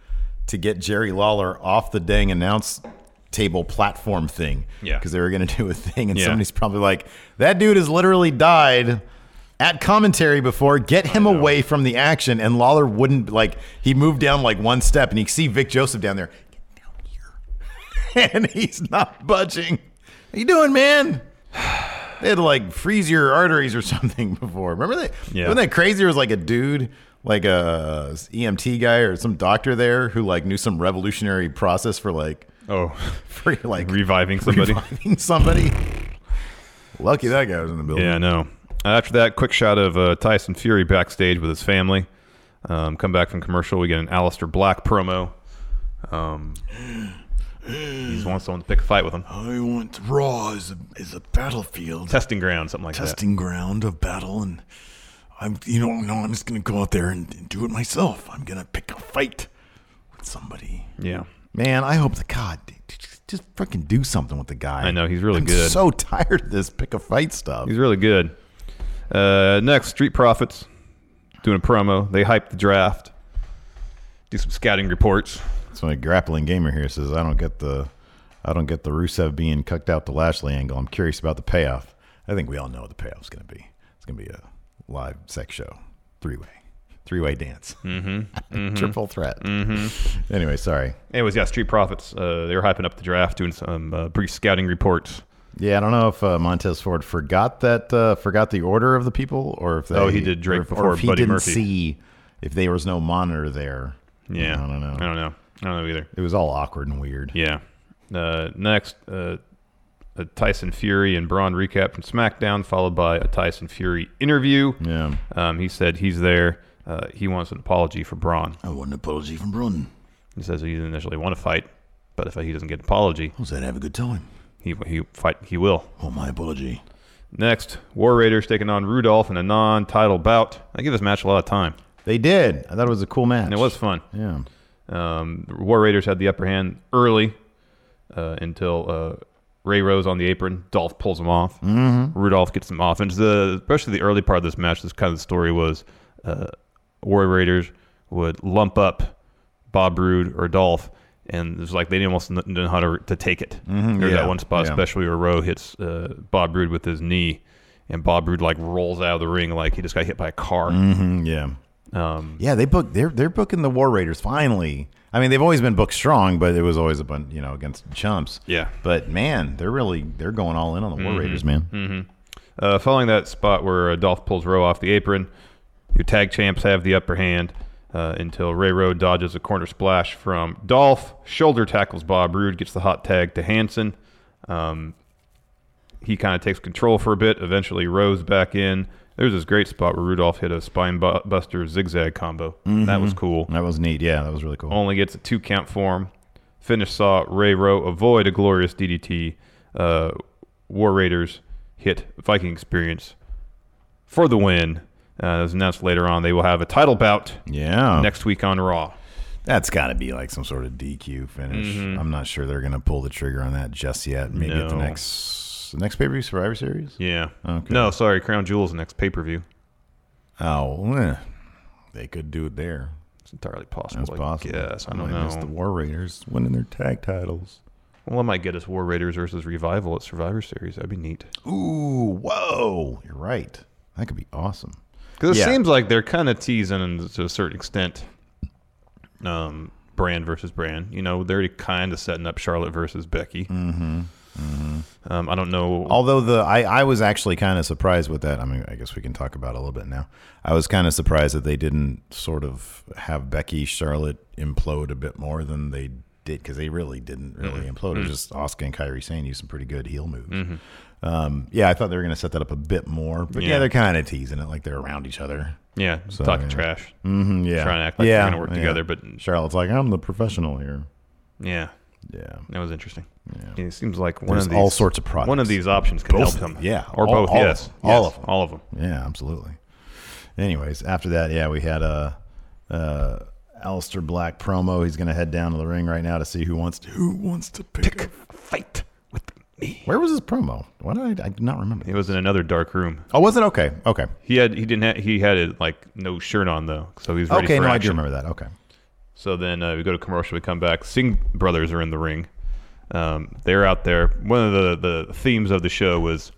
Speaker 3: to get Jerry Lawler off the dang announce table platform thing.
Speaker 4: Yeah.
Speaker 3: Because they were going to do a thing, and
Speaker 4: Yeah.
Speaker 3: somebody's probably like, that dude has literally died. at commentary before, get him away from the action, and Lawler wouldn't like. He moved down like one step, and you could see Vic Joseph down there. Get down here, and he's not budging. How you doing, man? They had to like freeze your arteries or something before. Remember that?
Speaker 4: Yeah.
Speaker 3: Wasn't that crazy? There was like a dude, like a EMT guy or some doctor there who like knew some revolutionary process for like
Speaker 4: Oh,
Speaker 3: free like
Speaker 4: reviving somebody.
Speaker 3: reviving somebody. Lucky that guy was in the building.
Speaker 4: Yeah, I know. After that, quick shot of uh, Tyson Fury backstage with his family. Um, come back from commercial, we get an Alistair Black promo. Um, he just wants someone to pick a fight with him.
Speaker 3: Oh,
Speaker 6: I want Raw is a, is a battlefield,
Speaker 4: Testing ground, something like
Speaker 6: testing ground of battle, and I'm you know no, I'm just gonna go out there and, and do it myself. I'm gonna pick a fight with somebody.
Speaker 4: that. Yeah.
Speaker 3: Man, I hope the God dude, just, just fucking do something with the guy.
Speaker 4: I know, he's really
Speaker 3: I'm
Speaker 4: good.
Speaker 3: So tired of this pick a fight stuff.
Speaker 4: He's really good. Uh, next, Street Profits doing a promo. They hype the draft, do some scouting reports.
Speaker 3: So my grappling gamer here says I don't get the I don't get the Rusev being cucked out to Lashley angle. I'm curious about the payoff. I think we all know what the payoff's going to be. It's going to be a live sex show, three way, three way dance, mm-hmm. triple threat. Mm-hmm. Anyway, sorry.
Speaker 4: Anyways, yeah, Street Profits. Uh, they were hyping up the draft, doing some uh, brief scouting reports.
Speaker 3: Yeah, I don't know if uh, Montez Ford forgot that uh, forgot the order of the people, or if they,
Speaker 4: Oh, he did Drake
Speaker 3: or if-
Speaker 4: before
Speaker 3: or if he
Speaker 4: Buddy
Speaker 3: didn't
Speaker 4: Murphy.
Speaker 3: see if there was no monitor there.
Speaker 4: Yeah.
Speaker 3: I don't know.
Speaker 4: I don't know. I don't know either.
Speaker 3: It was all awkward and weird.
Speaker 4: Yeah. Uh, next, uh, a Tyson Fury and Braun recap from SmackDown, followed by a Tyson Fury interview.
Speaker 3: Yeah.
Speaker 4: Um, he said he's there. Uh, he wants an apology for Braun.
Speaker 6: I want an apology from Brun.
Speaker 4: He says he didn't initially want to fight, but if he doesn't get an apology,
Speaker 6: I said have a good time.
Speaker 4: he he fight he will.
Speaker 6: Oh my apology.
Speaker 4: Next, War Raiders taking on Rudolph in a non-title bout. I give this match a lot of time,
Speaker 3: They did. I thought it was a cool match.
Speaker 4: and it was fun.
Speaker 3: Yeah.
Speaker 4: Um, the War Raiders had the upper hand early uh, until uh, Ray Rose on the apron. Dolph pulls him off. Mm-hmm. Rudolph gets some offense. The especially the early part of this match, this kind of the story was uh, War Raiders would lump up Bob Roode or Dolph, and it was like they didn't almost kn- know how to, to take it. There's
Speaker 3: Mm-hmm. yeah,
Speaker 4: that one spot,
Speaker 3: yeah.
Speaker 4: especially where Rowe hits uh, Bob Roode with his knee, and Bob Roode like rolls out of the ring like he just got hit by a car.
Speaker 3: Mm, yeah.
Speaker 4: Um,
Speaker 3: yeah, they book. They're they're booking the War Raiders finally. I mean, they've always been booked strong, but it was always a bunch, you know, against chumps.
Speaker 4: Yeah. Mm-hmm.
Speaker 3: But man, they're really they're going all in on the War Raiders, man.
Speaker 4: Uh, following that spot where uh, Dolph pulls Rowe off the apron, your tag champs have the upper hand uh, until Ray Rowe dodges a corner splash from Dolph. Shoulder tackles Bob Roode, gets the hot tag to Hanson. Um, he kind of takes control for a bit. Eventually, Rowe's back in. There's this great spot where Rudolph hit a spine bu- buster zigzag combo. That was cool.
Speaker 3: That was neat. Yeah, that was really cool.
Speaker 4: Only gets a two count form. Finish saw Ray Rowe avoid a glorious DDT. Uh, War Raiders hit Viking Experience for the win. Uh, as announced later on, they will have a title bout
Speaker 3: Yeah.
Speaker 4: next week on Raw.
Speaker 3: That's got to be like some sort of DQ finish. I'm not sure they're going to pull the trigger on that just yet. Maybe at the
Speaker 4: Mm-hmm. No.
Speaker 3: next the next pay per view Survivor Series.
Speaker 4: Yeah.
Speaker 3: Okay.
Speaker 4: No, sorry, Crown Jewel is the next pay per view.
Speaker 3: Oh, eh. they could do it there.
Speaker 4: It's entirely possible.
Speaker 3: That's possible.
Speaker 4: Yes, I don't
Speaker 3: Might miss
Speaker 4: know.
Speaker 3: The War Raiders winning their tag titles.
Speaker 4: well, I might get us War Raiders versus Revival at Survivor Series. That'd be neat.
Speaker 3: Ooh, whoa! You're right. That could be awesome.
Speaker 4: Because it
Speaker 3: Yeah.
Speaker 4: seems like they're kind of teasing and to a certain extent, um, brand versus brand. You know, they're already kind of setting up Charlotte versus Becky. Mm-hmm. Um, I don't know.
Speaker 3: Although the I, I was actually kind of surprised with that. I mean, I guess we can talk about it a little bit now. I was kind of surprised that they didn't sort of have Becky Charlotte implode a bit more than they did because they really didn't really
Speaker 4: Mm-hmm.
Speaker 3: implode. It was just Oscar and Kyrie Sane used some pretty good heel moves. Um, yeah, I thought they were going to set that up a bit more, but yeah,
Speaker 4: Yeah.
Speaker 3: they're kind of teasing it like they're around each other.
Speaker 4: yeah, just
Speaker 3: So,
Speaker 4: talking
Speaker 3: yeah.
Speaker 4: trash,
Speaker 3: Mm-hmm, yeah,
Speaker 4: trying to act like
Speaker 3: yeah,
Speaker 4: they're going to work
Speaker 3: yeah.
Speaker 4: together. But
Speaker 3: Charlotte's like, I'm the professional here.
Speaker 4: yeah,
Speaker 3: Yeah,
Speaker 4: that was interesting. Yeah, It seems like one
Speaker 3: There's
Speaker 4: of these,
Speaker 3: all sorts of products.
Speaker 4: One of these options can
Speaker 3: Both
Speaker 4: help
Speaker 3: of
Speaker 4: them.
Speaker 3: them, yeah.
Speaker 4: or
Speaker 3: All-
Speaker 4: both.
Speaker 3: all of
Speaker 4: yes,
Speaker 3: them. All
Speaker 4: Yes.
Speaker 3: of them.
Speaker 4: All of them.
Speaker 3: Yeah, absolutely. Anyways, after that, yeah, we had a uh, Alistair Black promo. He's going to head down to the ring right now to see who wants to.
Speaker 6: Who wants to pick, a
Speaker 4: Fight with me.
Speaker 3: Where was his promo? Why did I, I do not remember?
Speaker 4: It was in another dark room.
Speaker 3: Oh, was it okay? Okay,
Speaker 4: He had he didn't ha- he had it like no shirt on though, so he's ready
Speaker 3: okay.
Speaker 4: for
Speaker 3: No, I do
Speaker 4: action.
Speaker 3: remember that. Okay,
Speaker 4: So then uh, we go to commercial. We come back. Singh brothers are in the ring. Um, they're out there. One of the, the themes of the show was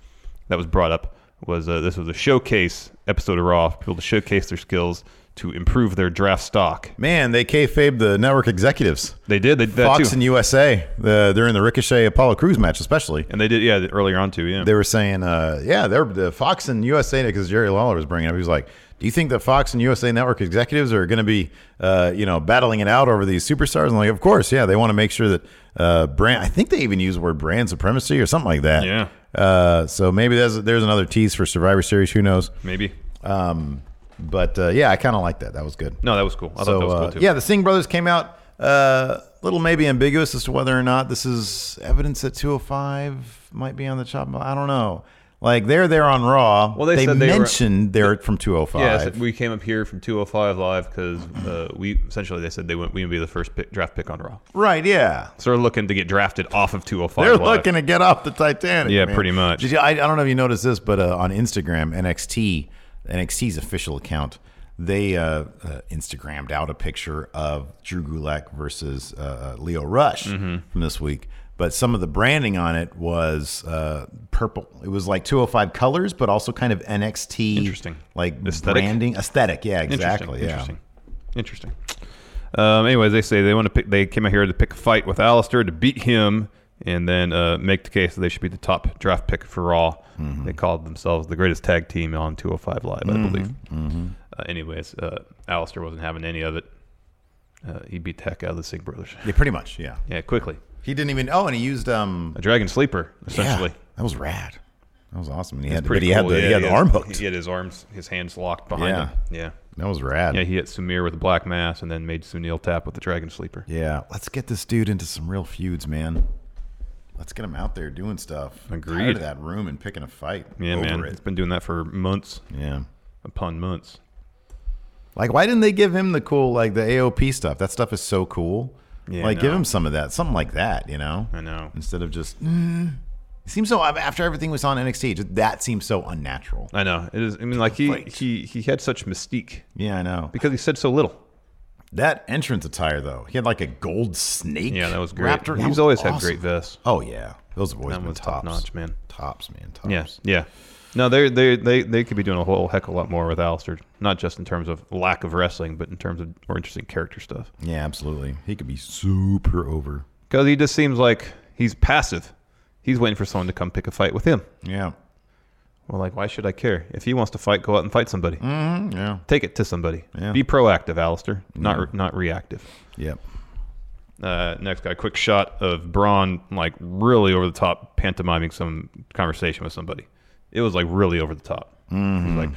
Speaker 4: that was brought up was uh, this was a showcase episode of Raw for people to showcase their skills to improve their draft stock.
Speaker 3: Man, they kayfabe the network executives.
Speaker 4: They did they, did that
Speaker 3: Fox
Speaker 4: too,
Speaker 3: and USA, the, during the Ricochet Apollo Cruz match, especially.
Speaker 4: and they did yeah earlier on too. Yeah,
Speaker 3: They were saying, uh, yeah, they're the Fox and USA because Jerry Lawler was bringing it up. He was like, "Do you think the Fox and USA network executives are going to be, uh, you know, battling it out over these superstars?" And like, of course, yeah, they want to make sure that uh, brand. I think they even use the word brand supremacy or something like that.
Speaker 4: Yeah.
Speaker 3: Uh, so maybe there's there's another tease for Survivor Series. Who knows?
Speaker 4: maybe.
Speaker 3: Um, but uh, yeah, I kind of like that. That was good.
Speaker 4: No, that was cool. I
Speaker 3: so
Speaker 4: thought that was
Speaker 3: uh,
Speaker 4: cool too.
Speaker 3: yeah, the Singh brothers came out. Uh, little maybe ambiguous as to whether or not this is evidence that 205 might be on the chop. I don't know. Like they're there on Raw.
Speaker 4: Well, they said they were-
Speaker 3: mentioned they're from 205.
Speaker 4: Yeah, so we came up here from 205 live because uh, we essentially they said they went we would be the first pick, draft pick on Raw.
Speaker 3: right. Yeah.
Speaker 4: So they're looking to get drafted off of 205.
Speaker 3: They're
Speaker 4: live.
Speaker 3: looking to get off the Titanic.
Speaker 4: Yeah,
Speaker 3: man.
Speaker 4: pretty much.
Speaker 3: Did you, I, I don't know if you noticed this, but uh, on Instagram, NXT, NXT's official account, they uh, uh, Instagrammed out a picture of Drew Gulak versus uh, uh, Leo Rush
Speaker 4: Mm-hmm.
Speaker 3: from this week. But some of the branding on it was uh, purple. It was like 205 colors, but also kind of NXT.
Speaker 4: Interesting.
Speaker 3: Like
Speaker 4: Aesthetic?
Speaker 3: branding. Aesthetic. Yeah,
Speaker 4: Interesting,
Speaker 3: exactly. Yeah.
Speaker 4: Interesting. Interesting. Um, anyways, they say they want to pick. They came out here to pick a fight with Alistair to beat him, and then uh, make the case that they should be the top draft pick for Raw.
Speaker 3: Mm-hmm.
Speaker 4: They called themselves the greatest tag team on 205 Live, I believe.
Speaker 3: Mm-hmm,
Speaker 4: Uh, anyways, uh, Alistair wasn't having any of it. Uh, he beat the heck out of the Singh brothers.
Speaker 3: Yeah, pretty much. Yeah.
Speaker 4: Yeah, quickly.
Speaker 3: He didn't even. Oh, and he used um.
Speaker 4: A dragon sleeper, essentially.
Speaker 3: Yeah, that was rad. That was awesome. And he had,
Speaker 4: It's
Speaker 3: the, but
Speaker 4: pretty
Speaker 3: he had
Speaker 4: cool.
Speaker 3: the, he
Speaker 4: Yeah,
Speaker 3: had the arm hooked.
Speaker 4: He had his arms, his hands locked behind
Speaker 3: Yeah.
Speaker 4: him. Yeah.
Speaker 3: That was rad.
Speaker 4: Yeah, he hit Sumir with a black mass and then made Sunil tap with the dragon sleeper.
Speaker 3: Yeah, let's get this dude into some real feuds, man. Let's get him out there doing stuff. I'm Tired
Speaker 4: Agreed.
Speaker 3: of that room and picking a fight.
Speaker 4: Yeah,
Speaker 3: over
Speaker 4: man. It. has
Speaker 3: It.
Speaker 4: been doing that for months
Speaker 3: Yeah.
Speaker 4: upon months.
Speaker 3: Like, why didn't they give him the cool, like the AOP stuff? That stuff is so cool.
Speaker 4: Yeah,
Speaker 3: like, give
Speaker 4: no.
Speaker 3: him some of that, something like that, you know?
Speaker 4: I know.
Speaker 3: Instead of just, mm. it seems so, after everything was on NXT, just, that seems so unnatural.
Speaker 4: I know. It is I mean like he,
Speaker 3: Fight.
Speaker 4: he he had such mystique
Speaker 3: Yeah, I know.
Speaker 4: because he said so little.
Speaker 3: That entrance attire, though, he had like a gold snake.
Speaker 4: Yeah, that was great.
Speaker 3: Raptor. That
Speaker 4: He's
Speaker 3: was
Speaker 4: always had
Speaker 3: awesome.
Speaker 4: great vests.
Speaker 3: Oh, yeah. Those have always
Speaker 4: That
Speaker 3: been
Speaker 4: was top
Speaker 3: tops.
Speaker 4: notch, man.
Speaker 3: Tops, man. Tops.
Speaker 4: Yeah. Yeah. No, they they they they could be doing a whole heck of a lot more with Alistair, not just in terms of lack of wrestling, but in terms of more interesting character stuff.
Speaker 3: Yeah, absolutely. He could be super over.
Speaker 4: Because he just seems like he's passive. He's waiting for someone to come pick a fight with him.
Speaker 3: Yeah.
Speaker 4: Well, like, why should I care? If he wants to fight, go out and fight somebody.
Speaker 3: Mm-hmm, Yeah.
Speaker 4: Take it to somebody.
Speaker 3: Yeah.
Speaker 4: Be proactive, Alistair, not re- not reactive.
Speaker 3: Yep.
Speaker 4: Uh, next guy, quick shot of Braun, like really over the top, pantomiming some conversation with somebody. It was like really over the top.
Speaker 3: Mm-hmm.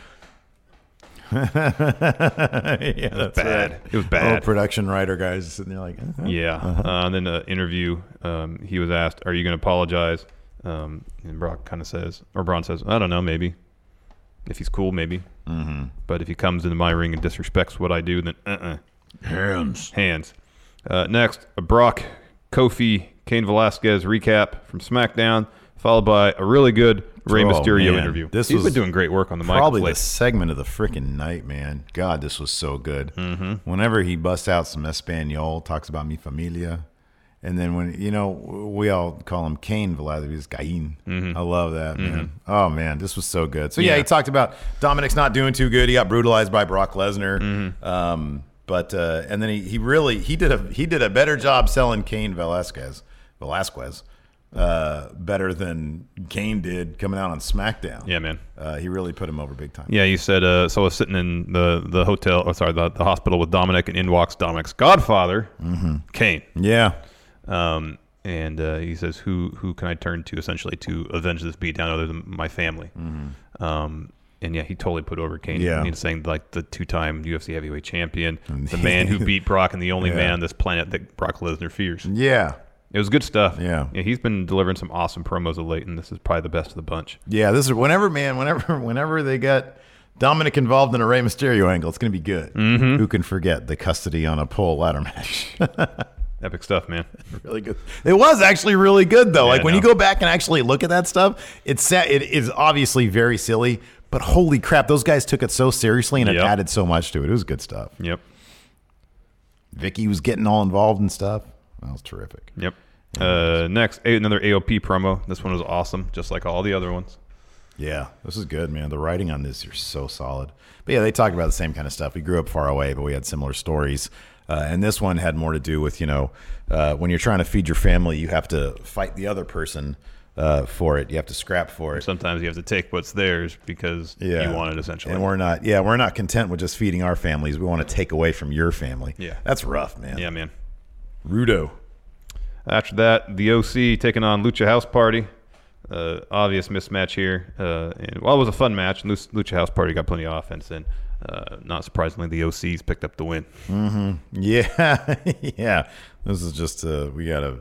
Speaker 4: It was like
Speaker 3: yeah, that's
Speaker 4: bad.
Speaker 3: right.
Speaker 4: It was bad.
Speaker 3: Old production writer guys sitting there like, uh-huh.
Speaker 4: Yeah. Uh, and then the interview, um, he was asked, "Are you going to apologize?" Um, and Brock kind of says, or Braun says, "I don't know, maybe. If he's cool, maybe. Mm-hmm. But if he comes into my ring and disrespects what I do, then uh-uh. hands, hands." Uh, next, a Brock, Kofi, Kane Velasquez recap from SmackDown, followed by a really good Rey
Speaker 3: Oh,
Speaker 4: Mysterio
Speaker 3: man.
Speaker 4: interview.
Speaker 3: This
Speaker 4: He's
Speaker 3: was
Speaker 4: been doing great work on the mic. of
Speaker 3: probably the
Speaker 4: late.
Speaker 3: segment of the freaking night, man. God, this was so good. Mm-hmm. Whenever he busts out some Espanol, talks about mi familia. And then when, you know, we all call him Cain Velasquez, Cain. I love that, man. Oh, man, this was so good. So, yeah,
Speaker 4: Mm-hmm. Yeah.
Speaker 3: he talked about Dominic's not doing too good. He got brutalized by Brock Lesnar.
Speaker 4: Mm-hmm.
Speaker 3: Um, but, uh, and then he, he really, he did a, he did a better job selling Cain Velasquez, Velasquez, uh, better than Kane did coming out on SmackDown.
Speaker 4: Yeah, man.
Speaker 3: Uh, he really put him over big time.
Speaker 4: Yeah, you said uh, so. I was sitting in the the hotel, or sorry, the, the hospital with Dominic, and in walks Dominic's godfather,
Speaker 3: Mm-hmm.
Speaker 4: Kane,
Speaker 3: Yeah.
Speaker 4: um, and uh, he says, "Who who can I turn to essentially to avenge this beatdown other than my family?" Um, and yeah, he totally put over Kane.
Speaker 3: Mm-hmm. Yeah.
Speaker 4: he's saying like the two-time UFC heavyweight champion, the man who beat Brock, and the only man on this planet that Brock Lesnar fears.
Speaker 3: Yeah.
Speaker 4: It was good stuff.
Speaker 3: Yeah.
Speaker 4: yeah, he's been delivering some awesome promos of late, and this is probably the best of the bunch.
Speaker 3: Yeah. This is whenever, man, whenever, whenever they got Dominic involved in a Rey Mysterio angle, it's going to be good.
Speaker 4: Mm-hmm.
Speaker 3: Who can forget the custody on a pole ladder match?
Speaker 4: Epic stuff, man.
Speaker 3: really good. It was actually really good though. like
Speaker 4: I
Speaker 3: when
Speaker 4: know.
Speaker 3: you go back and actually look at that stuff, it's sa- it is obviously very silly, but holy crap, those guys took it so seriously and it
Speaker 4: Yep.
Speaker 3: added so much to it. It was good stuff.
Speaker 4: Yep,
Speaker 3: Vicky was getting all involved and stuff. That was terrific.
Speaker 4: yep. Uh, next, a- another AOP promo. This one was awesome, just like all the other ones.
Speaker 3: Yeah, this is good, man. The writing on this is so solid. But yeah, they talk about the same kind of stuff. We grew up far away, but we had similar stories. Uh, and this one had more to do with, you know, uh, when you're trying to feed your family, you have to fight the other person uh, for it. You have to scrap for it.
Speaker 4: Sometimes you have to take what's theirs because
Speaker 3: Yeah.
Speaker 4: you want it essentially.
Speaker 3: And we're not, yeah, we're not content with just feeding our families. We want to take away from your family.
Speaker 4: Yeah.
Speaker 3: That's rough, man.
Speaker 4: yeah, man.
Speaker 3: Rudo.
Speaker 4: After that, the OC taking on Lucha House Party. Uh, obvious mismatch here. Uh, and while it was a fun match, Lu- Lucha House Party got plenty of offense, and uh, not surprisingly, the OCs picked up the win.
Speaker 3: Yeah, yeah. This is just uh, we gotta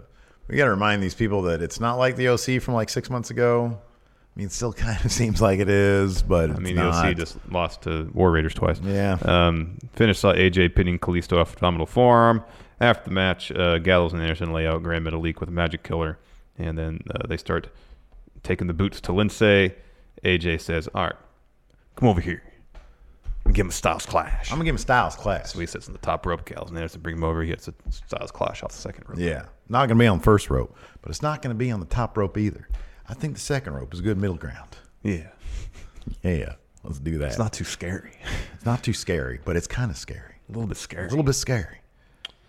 Speaker 3: we gotta remind these people that it's not like the OC from like six months ago. I mean, it still kind of seems like it is, but
Speaker 4: I mean,
Speaker 3: it's
Speaker 4: the
Speaker 3: not.
Speaker 4: OC just lost to War Raiders twice.
Speaker 3: Yeah.
Speaker 4: Um, finish saw AJ pinning Kalisto off abdominal forearm. After the match, uh, Gallows and Anderson lay out Grand Metalik with a Magic Killer, and then uh, they start taking the boots to Lindsay. AJ says, "All right, come over here. and Give him a Styles Clash."
Speaker 3: I'm gonna give him Styles class.
Speaker 4: So he sits in the top rope, Gallows and Anderson bring him over. He gets a Styles Clash off the second rope.
Speaker 3: yeah, not gonna be on first rope, but it's not gonna be on the top rope either. I think the second rope is a good middle ground.
Speaker 4: Yeah.
Speaker 3: Yeah, let's do that.
Speaker 4: It's not too scary.
Speaker 3: it's not too scary, but it's kind of scary.
Speaker 4: A little bit scary.
Speaker 3: It's a little bit scary.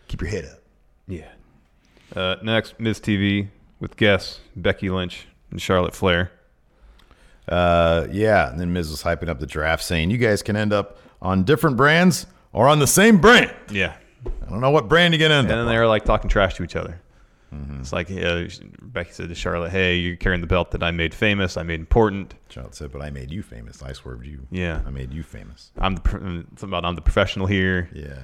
Speaker 3: Keep your head up.
Speaker 4: Yeah. Uh, next, Ms. TV with guests Becky Lynch and Charlotte Flair.
Speaker 3: Uh, yeah, and then Miz was hyping up the draft, saying you guys can end up on different brands or on the same brand.
Speaker 4: Yeah.
Speaker 3: I don't know what brand you're gonna end
Speaker 4: And
Speaker 3: up.
Speaker 4: then they were like talking trash to each other.
Speaker 3: Mm-hmm.
Speaker 4: It's like uh, Becky said to Charlotte, "Hey, you're carrying the belt that I made famous. I made important.
Speaker 3: Child said, "But I made you famous. I swerved you.
Speaker 4: Yeah.
Speaker 3: I made you famous.
Speaker 4: I'm the pr- something about I'm the professional here.
Speaker 3: Yeah.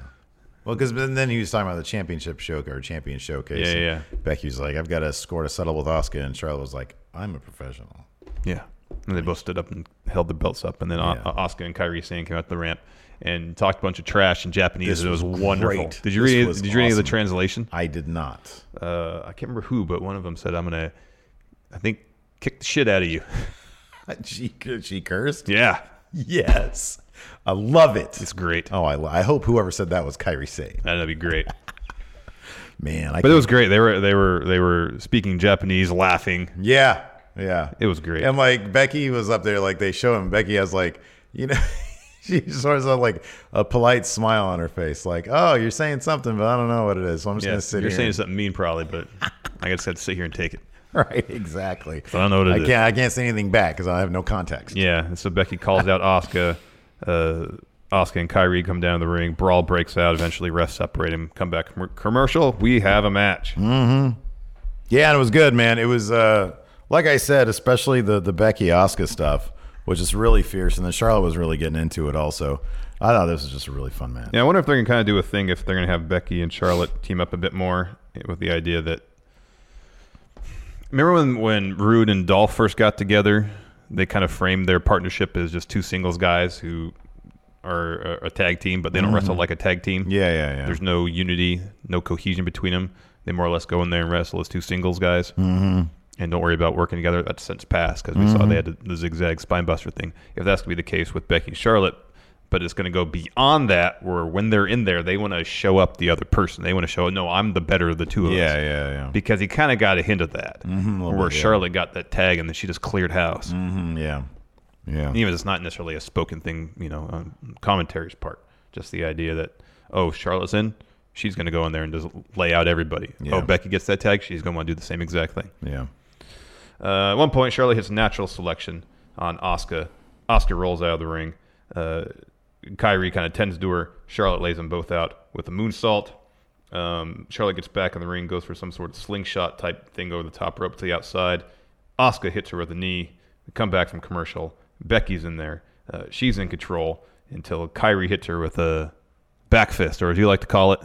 Speaker 3: Well, because then he was talking about the championship show or champion showcase.
Speaker 4: Yeah,
Speaker 3: and
Speaker 4: yeah.
Speaker 3: Becky was like, "I've got a score to settle with Oscar," and Charlotte was like, "I'm a professional."
Speaker 4: Yeah. And they both stood up and held their belts up. And then
Speaker 3: Yeah.
Speaker 4: Oscar and Kyrie Sane came out the ramp and talked a bunch of trash in Japanese.
Speaker 3: This
Speaker 4: and it was,
Speaker 3: was
Speaker 4: wonderful.
Speaker 3: great.
Speaker 4: Did you
Speaker 3: This
Speaker 4: read?
Speaker 3: was
Speaker 4: Did you read any of the
Speaker 3: awesome.
Speaker 4: translation?
Speaker 3: I did not.
Speaker 4: Uh, I can't remember who, but one of them said, "I'm gonna, I think, kick the shit out of you."
Speaker 3: she she cursed.
Speaker 4: yeah.
Speaker 3: Yes, I love it.
Speaker 4: It's great.
Speaker 3: Oh, I, I hope whoever said that was Kyrie Sane.
Speaker 4: That'd be great.
Speaker 3: Man, I
Speaker 4: But it was great. They were they were they were speaking Japanese, laughing.
Speaker 3: Yeah, yeah,
Speaker 4: It was great.
Speaker 3: And like Becky was up there, like they show him. Becky has like, you know, she sort of had like a polite smile on her face, like, "Oh, you're saying something, but I don't know what it is, so I'm just
Speaker 4: Yeah,
Speaker 3: gonna sit
Speaker 4: you're
Speaker 3: here."
Speaker 4: saying something mean, probably, but I just had to sit here and take it.
Speaker 3: right, exactly.
Speaker 4: I don't know what it
Speaker 3: I
Speaker 4: is.
Speaker 3: can't. I can't say anything back because I have no context.
Speaker 4: Yeah, and so Becky calls out Oscar. Uh, Oscar and Kyrie come down to the ring. Brawl breaks out. Eventually, refs separate him. Come back com- commercial. We have a match.
Speaker 3: Yeah, and it was good, man. It was uh like I said, especially the the Becky Asuka stuff, which is really fierce, and then Charlotte was really getting into it. Also, I thought this was just a really fun match.
Speaker 4: Yeah, I wonder if they're gonna kind of do a thing if they're gonna have Becky and Charlotte team up a bit more with the idea that. Remember when when Rude and Dolph first got together, they kind of framed their partnership as just two singles guys who are a, a tag team, but they don't wrestle like a tag team.
Speaker 3: Yeah, yeah, yeah.
Speaker 4: There's no unity, no cohesion between them. They more or less go in there and wrestle as two singles guys, mm-hmm. and don't worry about working together. That's since passed because we saw
Speaker 3: Mm-hmm.
Speaker 4: they had the zigzag spine buster thing. If that's gonna be the case with Becky and Charlotte, but it's gonna go beyond that, where when they're in there, they want to show up the other person. They want to show, no, I'm the better of the two of us.
Speaker 3: yeah, Mm-hmm, yeah, yeah.
Speaker 4: Because he kind of got a hint of that, where Charlotte got that tag and then she just cleared house.
Speaker 3: Mm, yeah, yeah.
Speaker 4: Even if it's not necessarily a spoken thing, you know, on commentary's part. Just the idea that, oh, Charlotte's in, she's going to go in there and just lay out everybody.
Speaker 3: Yeah.
Speaker 4: Oh, Becky gets that tag, she's going to want to do the same exact thing.
Speaker 3: yeah.
Speaker 4: Uh, at one point, Charlotte hits natural selection on Oscar. Oscar rolls out of the ring. Uh, Kyrie kind of tends to her. Charlotte lays them both out with a moonsault. Um, Charlotte gets back in the ring, goes for some sort of slingshot type thing over the top rope to the outside. Oscar hits her with a knee. We come back from commercial. Becky's in there. Uh, she's in control until Kyrie hits her with a back fist, or as you like to call it,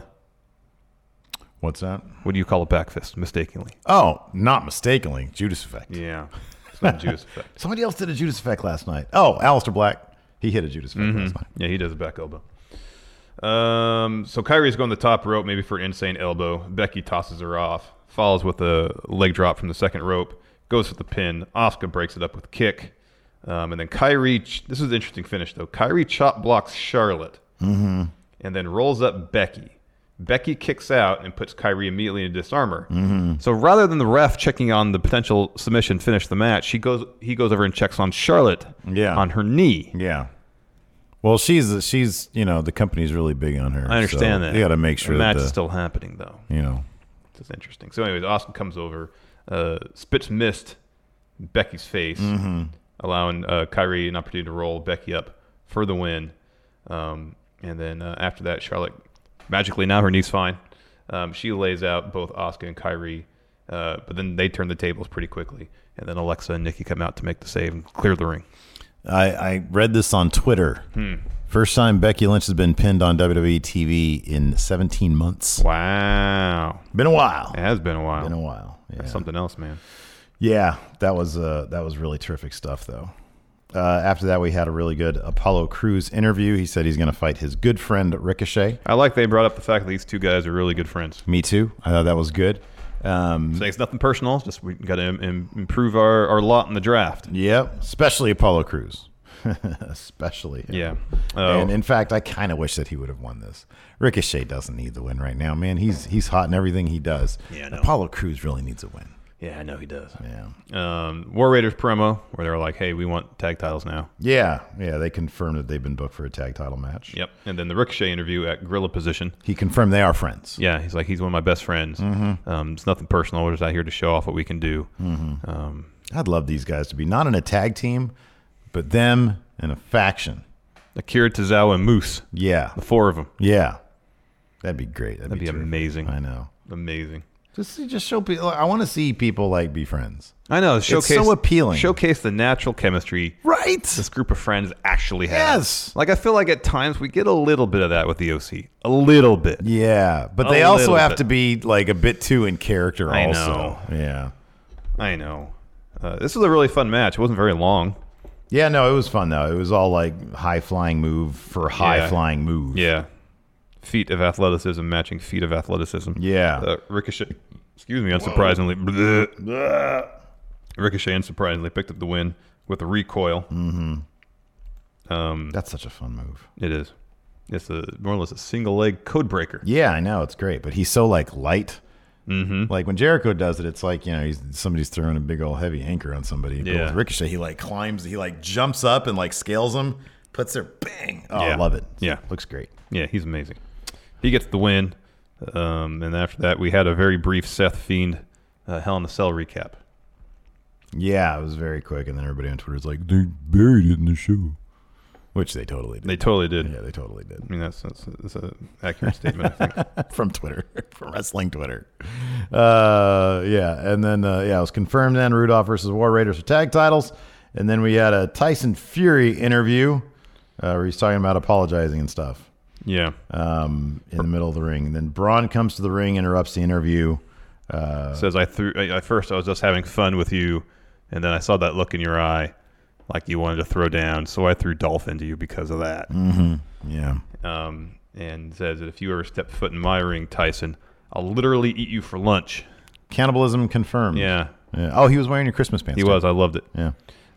Speaker 3: What's that?
Speaker 4: what do you call a back fist? Mistakenly.
Speaker 3: Oh, not mistakenly, Judas effect.
Speaker 4: Yeah. It's not Judas effect.
Speaker 3: Somebody else did a Judas effect last night. Oh, Alistair Black. He hit a Judas effect
Speaker 4: Mm-hmm.
Speaker 3: last night.
Speaker 4: Yeah, he does a back elbow. Um, so Kyrie's going the top rope, maybe for an insane elbow. Becky tosses her off, follows with a leg drop from the second rope, goes for the pin. Oscar breaks it up with a kick, um, and then Kyrie. ch- This is an interesting finish though. Kyrie chop blocks Charlotte, and then rolls up Becky. Becky kicks out and puts Kyrie immediately into disarmor. So rather than the ref checking on the potential submission finish the match, she goes he goes over and checks on Charlotte
Speaker 3: Yeah.
Speaker 4: on her knee.
Speaker 3: Yeah. Well, she's she's you know the company's really big on her.
Speaker 4: I understand
Speaker 3: so
Speaker 4: that.
Speaker 3: You got to make sure
Speaker 4: the
Speaker 3: that
Speaker 4: match
Speaker 3: the,
Speaker 4: is still happening though.
Speaker 3: you know.
Speaker 4: It's interesting. So, anyways, Austin comes over, uh, spits mist in Becky's face,
Speaker 3: Mm-hmm.
Speaker 4: allowing uh, Kyrie an opportunity to roll Becky up for the win. Um, and then uh, after that, Charlotte magically now her knee's fine. Um, she lays out both Oscar and Kyrie, uh, but then they turn the tables pretty quickly. And then Alexa and Nikki come out to make the save and clear the ring.
Speaker 3: I, I read this on Twitter.
Speaker 4: Hmm.
Speaker 3: First time Becky Lynch has been pinned on WWE TV in 17 months.
Speaker 4: Wow,
Speaker 3: Been a while.
Speaker 4: it has been a while.
Speaker 3: Been a while. Yeah.
Speaker 4: Something else, man.
Speaker 3: Yeah, that was uh, that was really terrific stuff, though. Uh, after that, we had a really good Apollo Cruz interview. He said he's going to fight his good friend Ricochet.
Speaker 4: I like they brought up the fact that these two guys are really good friends.
Speaker 3: Me too. I thought that was good. Um,
Speaker 4: So it's nothing personal. Just we got to Im- im- improve our, our lot in the draft.
Speaker 3: yep, especially Apollo Cruz. especially. him.
Speaker 4: Yeah. Oh.
Speaker 3: And in fact, I kind of wish that he would have won this. Ricochet doesn't need the win right now, man. He's he's hot in everything he does.
Speaker 4: Yeah, I know.
Speaker 3: Apollo Cruz really needs a win.
Speaker 4: yeah, I know he does.
Speaker 3: Yeah.
Speaker 4: Um, War Raiders promo where they're like, "Hey, we want tag titles now."
Speaker 3: Yeah. Yeah. They confirmed that they've been booked for a tag title match.
Speaker 4: Yep. And then the Ricochet interview at Gorilla Position.
Speaker 3: He confirmed they are friends.
Speaker 4: Yeah, he's like, he's one of my best friends.
Speaker 3: Mm-hmm.
Speaker 4: Um, it's nothing personal. We're just out here to show off what we can do.
Speaker 3: Mm.
Speaker 4: Um,
Speaker 3: I'd love these guys to be not in a tag team, but them in a faction.
Speaker 4: Akira Tozawa and Moose,
Speaker 3: Yeah.
Speaker 4: the four of them,
Speaker 3: Yeah. That'd be great. That'd,
Speaker 4: That'd be
Speaker 3: terrific.
Speaker 4: amazing.
Speaker 3: I know.
Speaker 4: amazing.
Speaker 3: Just just show people. I want to see people like be friends.
Speaker 4: I know.
Speaker 3: so
Speaker 4: Showcase
Speaker 3: appealing.
Speaker 4: Showcase the natural chemistry
Speaker 3: Right.
Speaker 4: this group of friends actually have.
Speaker 3: Yes.
Speaker 4: Like I feel like at times we get a little bit of that with the OC. A little bit.
Speaker 3: Yeah, but
Speaker 4: A
Speaker 3: they also
Speaker 4: little
Speaker 3: have
Speaker 4: bit.
Speaker 3: to be like a bit too in character.
Speaker 4: I
Speaker 3: also, yeah,
Speaker 4: I know. Uh, this was a really fun match. It wasn't very long.
Speaker 3: yeah. No, it was fun though. It was all like high flying move for high flying move.
Speaker 4: Yeah. Feet of athleticism matching feet of athleticism.
Speaker 3: Yeah.
Speaker 4: Uh, Ricochet, excuse me, unsurprisingly, bleh. Ricochet unsurprisingly picked up the win with a recoil.
Speaker 3: Mm. that's such a fun move.
Speaker 4: It is. It's a more or less a single leg code breaker.
Speaker 3: Yeah, I know it's great, but he's so like light. Mm-hmm. Like when Jericho does it, it's like you know he's somebody's throwing a big old heavy anchor on somebody. But
Speaker 4: Yeah.
Speaker 3: with Ricochet, he like climbs, he like jumps up and like scales him, puts there, bang. Oh, I
Speaker 4: Yeah.
Speaker 3: love it.
Speaker 4: Yeah.
Speaker 3: looks great.
Speaker 4: Yeah, he's amazing. He gets the win. Um, and after that, we had a very brief Seth Fiend uh, Hell in a Cell recap.
Speaker 3: Yeah, it was very quick, and then everybody on Twitter's like they buried it in the show, which they totally did.
Speaker 4: They totally did.
Speaker 3: yeah, they totally did.
Speaker 4: I mean, that's, that's, that's an accurate statement, I think.
Speaker 3: from Twitter, from wrestling Twitter. Uh, yeah, and then uh, yeah, it was confirmed. Then Rudolph versus War Raiders for tag titles, and then we had a Tyson Fury interview uh, where he's talking about apologizing and stuff
Speaker 4: Yeah.
Speaker 3: um, in the middle of the ring. And then Braun comes to the ring, interrupts the interview.
Speaker 4: says I threw. I- At first, I was just having fun with you, and then I saw that look in your eye, like you wanted to throw down. So I threw Dolph into you because of that.
Speaker 3: Mm. Yeah,
Speaker 4: Um, and says that if you ever step foot in my ring, Tyson, I'll literally eat you for lunch.
Speaker 3: cannibalism confirmed.
Speaker 4: Yeah,
Speaker 3: Yeah. Oh, he was wearing your Christmas pants.
Speaker 4: he
Speaker 3: too.
Speaker 4: was. I loved it.
Speaker 3: Yeah.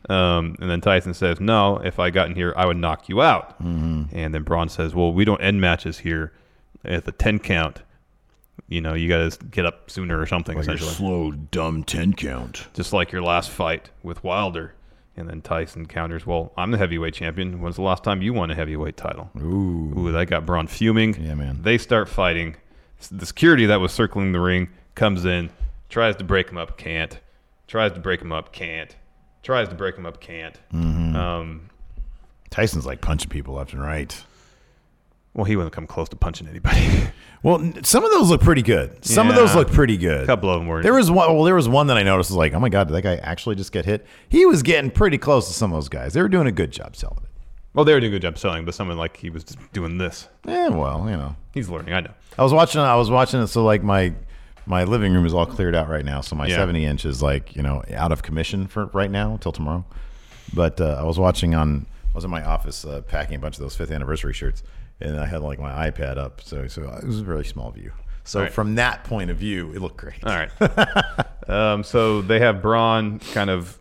Speaker 4: Um, and then Tyson says, "No, if I got in here, I would knock you out."
Speaker 6: Mm-hmm.
Speaker 4: And then Braun says, "Well, we don't end matches here at the ten count. You know, you got to get up sooner or something."
Speaker 6: Like a
Speaker 4: essentially,
Speaker 6: slow, dumb 10 count.
Speaker 4: just like your last fight with Wilder. And then Tyson counters, "Well, I'm the heavyweight champion. When's the last time you won a heavyweight title?" Ooh, that got Braun fuming.
Speaker 3: Yeah, man.
Speaker 4: They start fighting. S- The security that was circling the ring comes in, tries to break him up, can't. Tries to break him up, can't. Tries to break him up, can't.
Speaker 3: Mm-hmm.
Speaker 4: Um,
Speaker 3: Tyson's like punching people left and right.
Speaker 4: well, he wouldn't come close to punching anybody.
Speaker 3: Well, n- some of those look pretty good. Some of those
Speaker 4: Yeah.
Speaker 3: look pretty good.
Speaker 4: A couple of them were.
Speaker 3: There was one. Well, there was one that I noticed was like, oh my god, did that guy actually just get hit? He was getting pretty close to some of those guys. They were doing a good job selling it.
Speaker 4: well, they were doing a good job selling, but someone like he was just doing this.
Speaker 3: Yeah, Eh, well, you know,
Speaker 4: He's learning. I know.
Speaker 3: I was watching. I was watching it. So like my my living room is all cleared out right now. So my
Speaker 4: Yeah.
Speaker 3: seventy inch is like you know out of commission for right now till tomorrow. But uh, I was watching on. I was in my office uh, packing a bunch of those fifth anniversary shirts, and I had like my iPad up. So so it was a really small view. So
Speaker 4: Right.
Speaker 3: from that point of view, it looked great.
Speaker 4: All right. um, so they have Braun kind of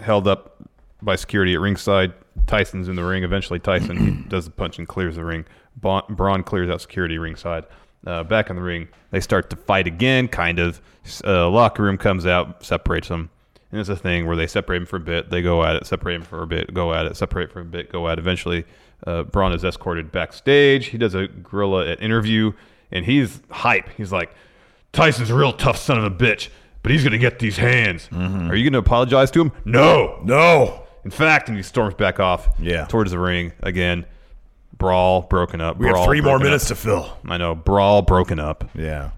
Speaker 4: held up by security at ringside. Tyson's in the ring. Eventually, Tyson does the punch and clears the ring. Bon- Braun clears out security ringside. uh, back in the ring. They start to fight again, kind of. S- Uh, locker room comes out, separates them. And it's a thing where they separate them for a bit. They go at it, separate them for a bit, go at it, separate for a bit, go at it. Eventually, uh, Braun is escorted backstage. He does a gorilla at interview, and he's hype. He's like, Tyson's a real tough son of a bitch, but he's going to get these hands.
Speaker 6: Mm-hmm.
Speaker 4: Are you going to apologize to him? No, no. In fact, and he storms back off
Speaker 3: Yeah.
Speaker 4: towards the ring again. Brawl broken up.
Speaker 6: We got
Speaker 4: brawl
Speaker 6: three more
Speaker 4: broken up.
Speaker 6: minutes to fill.
Speaker 4: I know. Brawl broken up.
Speaker 3: Yeah.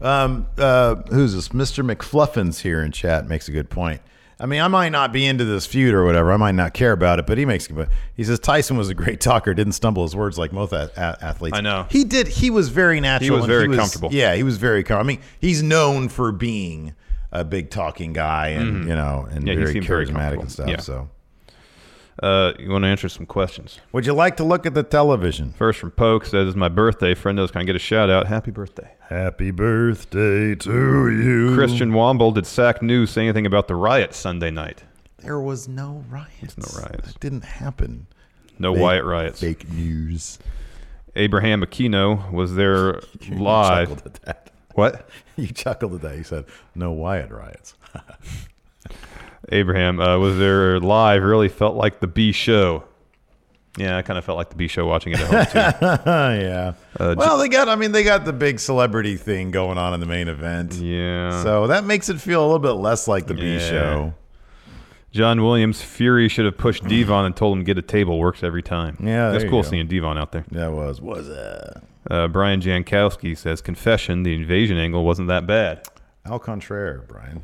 Speaker 3: Um, uh, who's this? Mr. McFluffins here in chat makes a good point. I mean, I might not be into this feud or whatever. I might not care about it, but he makes. But he says Tyson was a great talker, didn't stumble his words like most a- a- athletes.
Speaker 4: I know.
Speaker 3: he did. He was very natural.
Speaker 4: was
Speaker 3: and
Speaker 4: very comfortable.
Speaker 3: Yeah, he was very com I mean, he's known for being a big talking guy, and you know, and
Speaker 4: Mm-hmm. Yeah, he
Speaker 3: very
Speaker 4: seemed very
Speaker 3: charismatic
Speaker 4: comfortable.
Speaker 3: and stuff.
Speaker 4: Yeah.
Speaker 3: So,
Speaker 4: Uh, you want to answer some questions?
Speaker 3: would you like to look at the television?
Speaker 4: First from Poke says, "It's my birthday. Friendos, can I get a shout out? Happy birthday!"
Speaker 3: Happy birthday to you,
Speaker 4: Christian Womble, did Sack News say anything about the riot Sunday night?
Speaker 3: There was no riots.
Speaker 4: no riots.
Speaker 3: That didn't happen.
Speaker 4: No
Speaker 3: Fake-
Speaker 4: Wyatt riots.
Speaker 3: Fake news.
Speaker 4: Abraham Aquino was there
Speaker 3: You
Speaker 4: live.
Speaker 3: chuckled at that.
Speaker 4: What?
Speaker 3: You chuckled at that. You said no Wyatt riots.
Speaker 4: Abraham uh, was there live. Really felt like the B show. Yeah, I kind of felt like the B show watching it at home too.
Speaker 3: yeah.
Speaker 4: Uh,
Speaker 3: well, they got. I mean, they got the big celebrity thing going on in the main event.
Speaker 4: Yeah.
Speaker 3: So that makes it feel a little bit less like the B
Speaker 4: Yeah.
Speaker 3: show.
Speaker 4: John Williams, Fury should have pushed Devon and told him get a table. Works every time.
Speaker 3: Yeah, there
Speaker 4: that's
Speaker 3: you
Speaker 4: cool
Speaker 3: go.
Speaker 4: seeing Devon out there.
Speaker 3: That was was uh,
Speaker 4: Uh, Brian Jankowski says, confession, the invasion angle wasn't that bad.
Speaker 3: Al Contraire, Brian.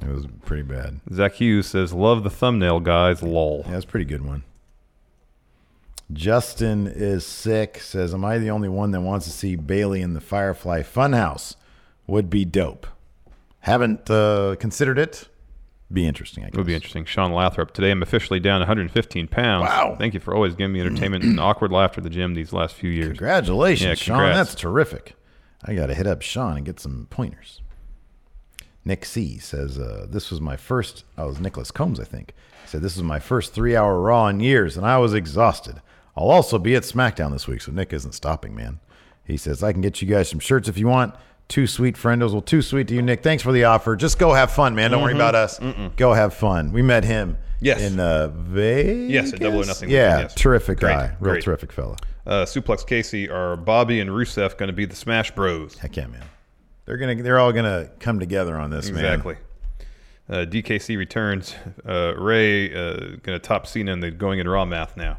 Speaker 3: It was pretty bad.
Speaker 4: Zach Hughes says, love the thumbnail, guys. Lol.
Speaker 3: Yeah, that's a pretty good one. Justin is sick. Says, "Am I the only one that wants to see Bailey in the Firefly Funhouse? Would be dope. Haven't uh, considered it. Be interesting. I guess.
Speaker 4: It would be interesting. Sean Lathrop, today I'm officially down 115 pounds.
Speaker 3: Wow.
Speaker 4: Thank you for always giving me entertainment and awkward laughter at the gym these last few years.
Speaker 3: Congratulations,
Speaker 4: Yeah,
Speaker 3: Sean.
Speaker 4: congrats.
Speaker 3: That's terrific. I got to hit up Sean and get some pointers. Nick C says, uh, This was my first, oh, it was Nicholas Combs, I think. He said, This was my first three hour Raw in years, and I was exhausted. I'll also be at SmackDown this week, so Nick isn't stopping, man. He says, I can get you guys some shirts if you want. Too sweet, friendos. Well, too sweet to you, Nick. Thanks for the offer. Just go have fun, man. Don't worry about us. Go have fun. We met him
Speaker 4: Mm-hmm. Yes.
Speaker 3: in uh, Vegas.
Speaker 4: Yes, at Double or Nothing.
Speaker 3: Yeah,
Speaker 4: Yes.
Speaker 3: terrific
Speaker 4: Great,
Speaker 3: guy. Real
Speaker 4: great.
Speaker 3: terrific fella.
Speaker 4: Uh, Suplex Casey, are Bobby and Rusev going to be the Smash Bros?
Speaker 3: Heck yeah, man. They're gonna they're all gonna come together on this, man.
Speaker 4: Exactly. Uh, DKC returns. Uh, Ray uh, going to top Cena in the going in raw math now.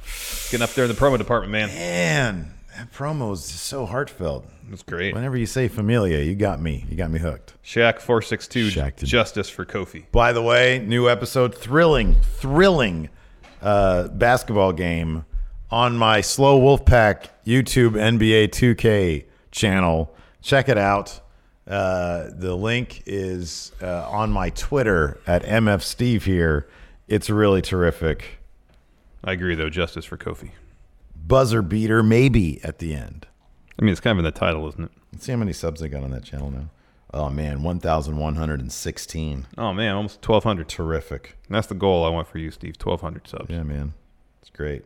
Speaker 4: Getting up there in the promo department, man.
Speaker 3: Man, that promo is just so heartfelt.
Speaker 4: That's great.
Speaker 3: Whenever you say familia, you got me. You got me hooked.
Speaker 4: Shaq four six two.
Speaker 3: Shaq did-
Speaker 4: Justice for Kofi.
Speaker 3: By the way, new episode, thrilling, thrilling uh, basketball game on my Slow Wolfpack YouTube NBA 2K channel. Check it out. Uh, the link is uh, on my Twitter at mfsteve here. It's really terrific.
Speaker 4: I agree though. Justice for Kofi.
Speaker 3: Buzzer beater, maybe at the end.
Speaker 4: I mean, it's kind of in the title, isn't it?
Speaker 3: Let's see how many subs they got on that channel now. Oh man, one thousand one hundred and sixteen.
Speaker 4: Oh man, almost twelve hundred.
Speaker 3: Terrific.
Speaker 4: That's the goal I want for you, Steve. Twelve hundred subs.
Speaker 3: Yeah, man, it's great.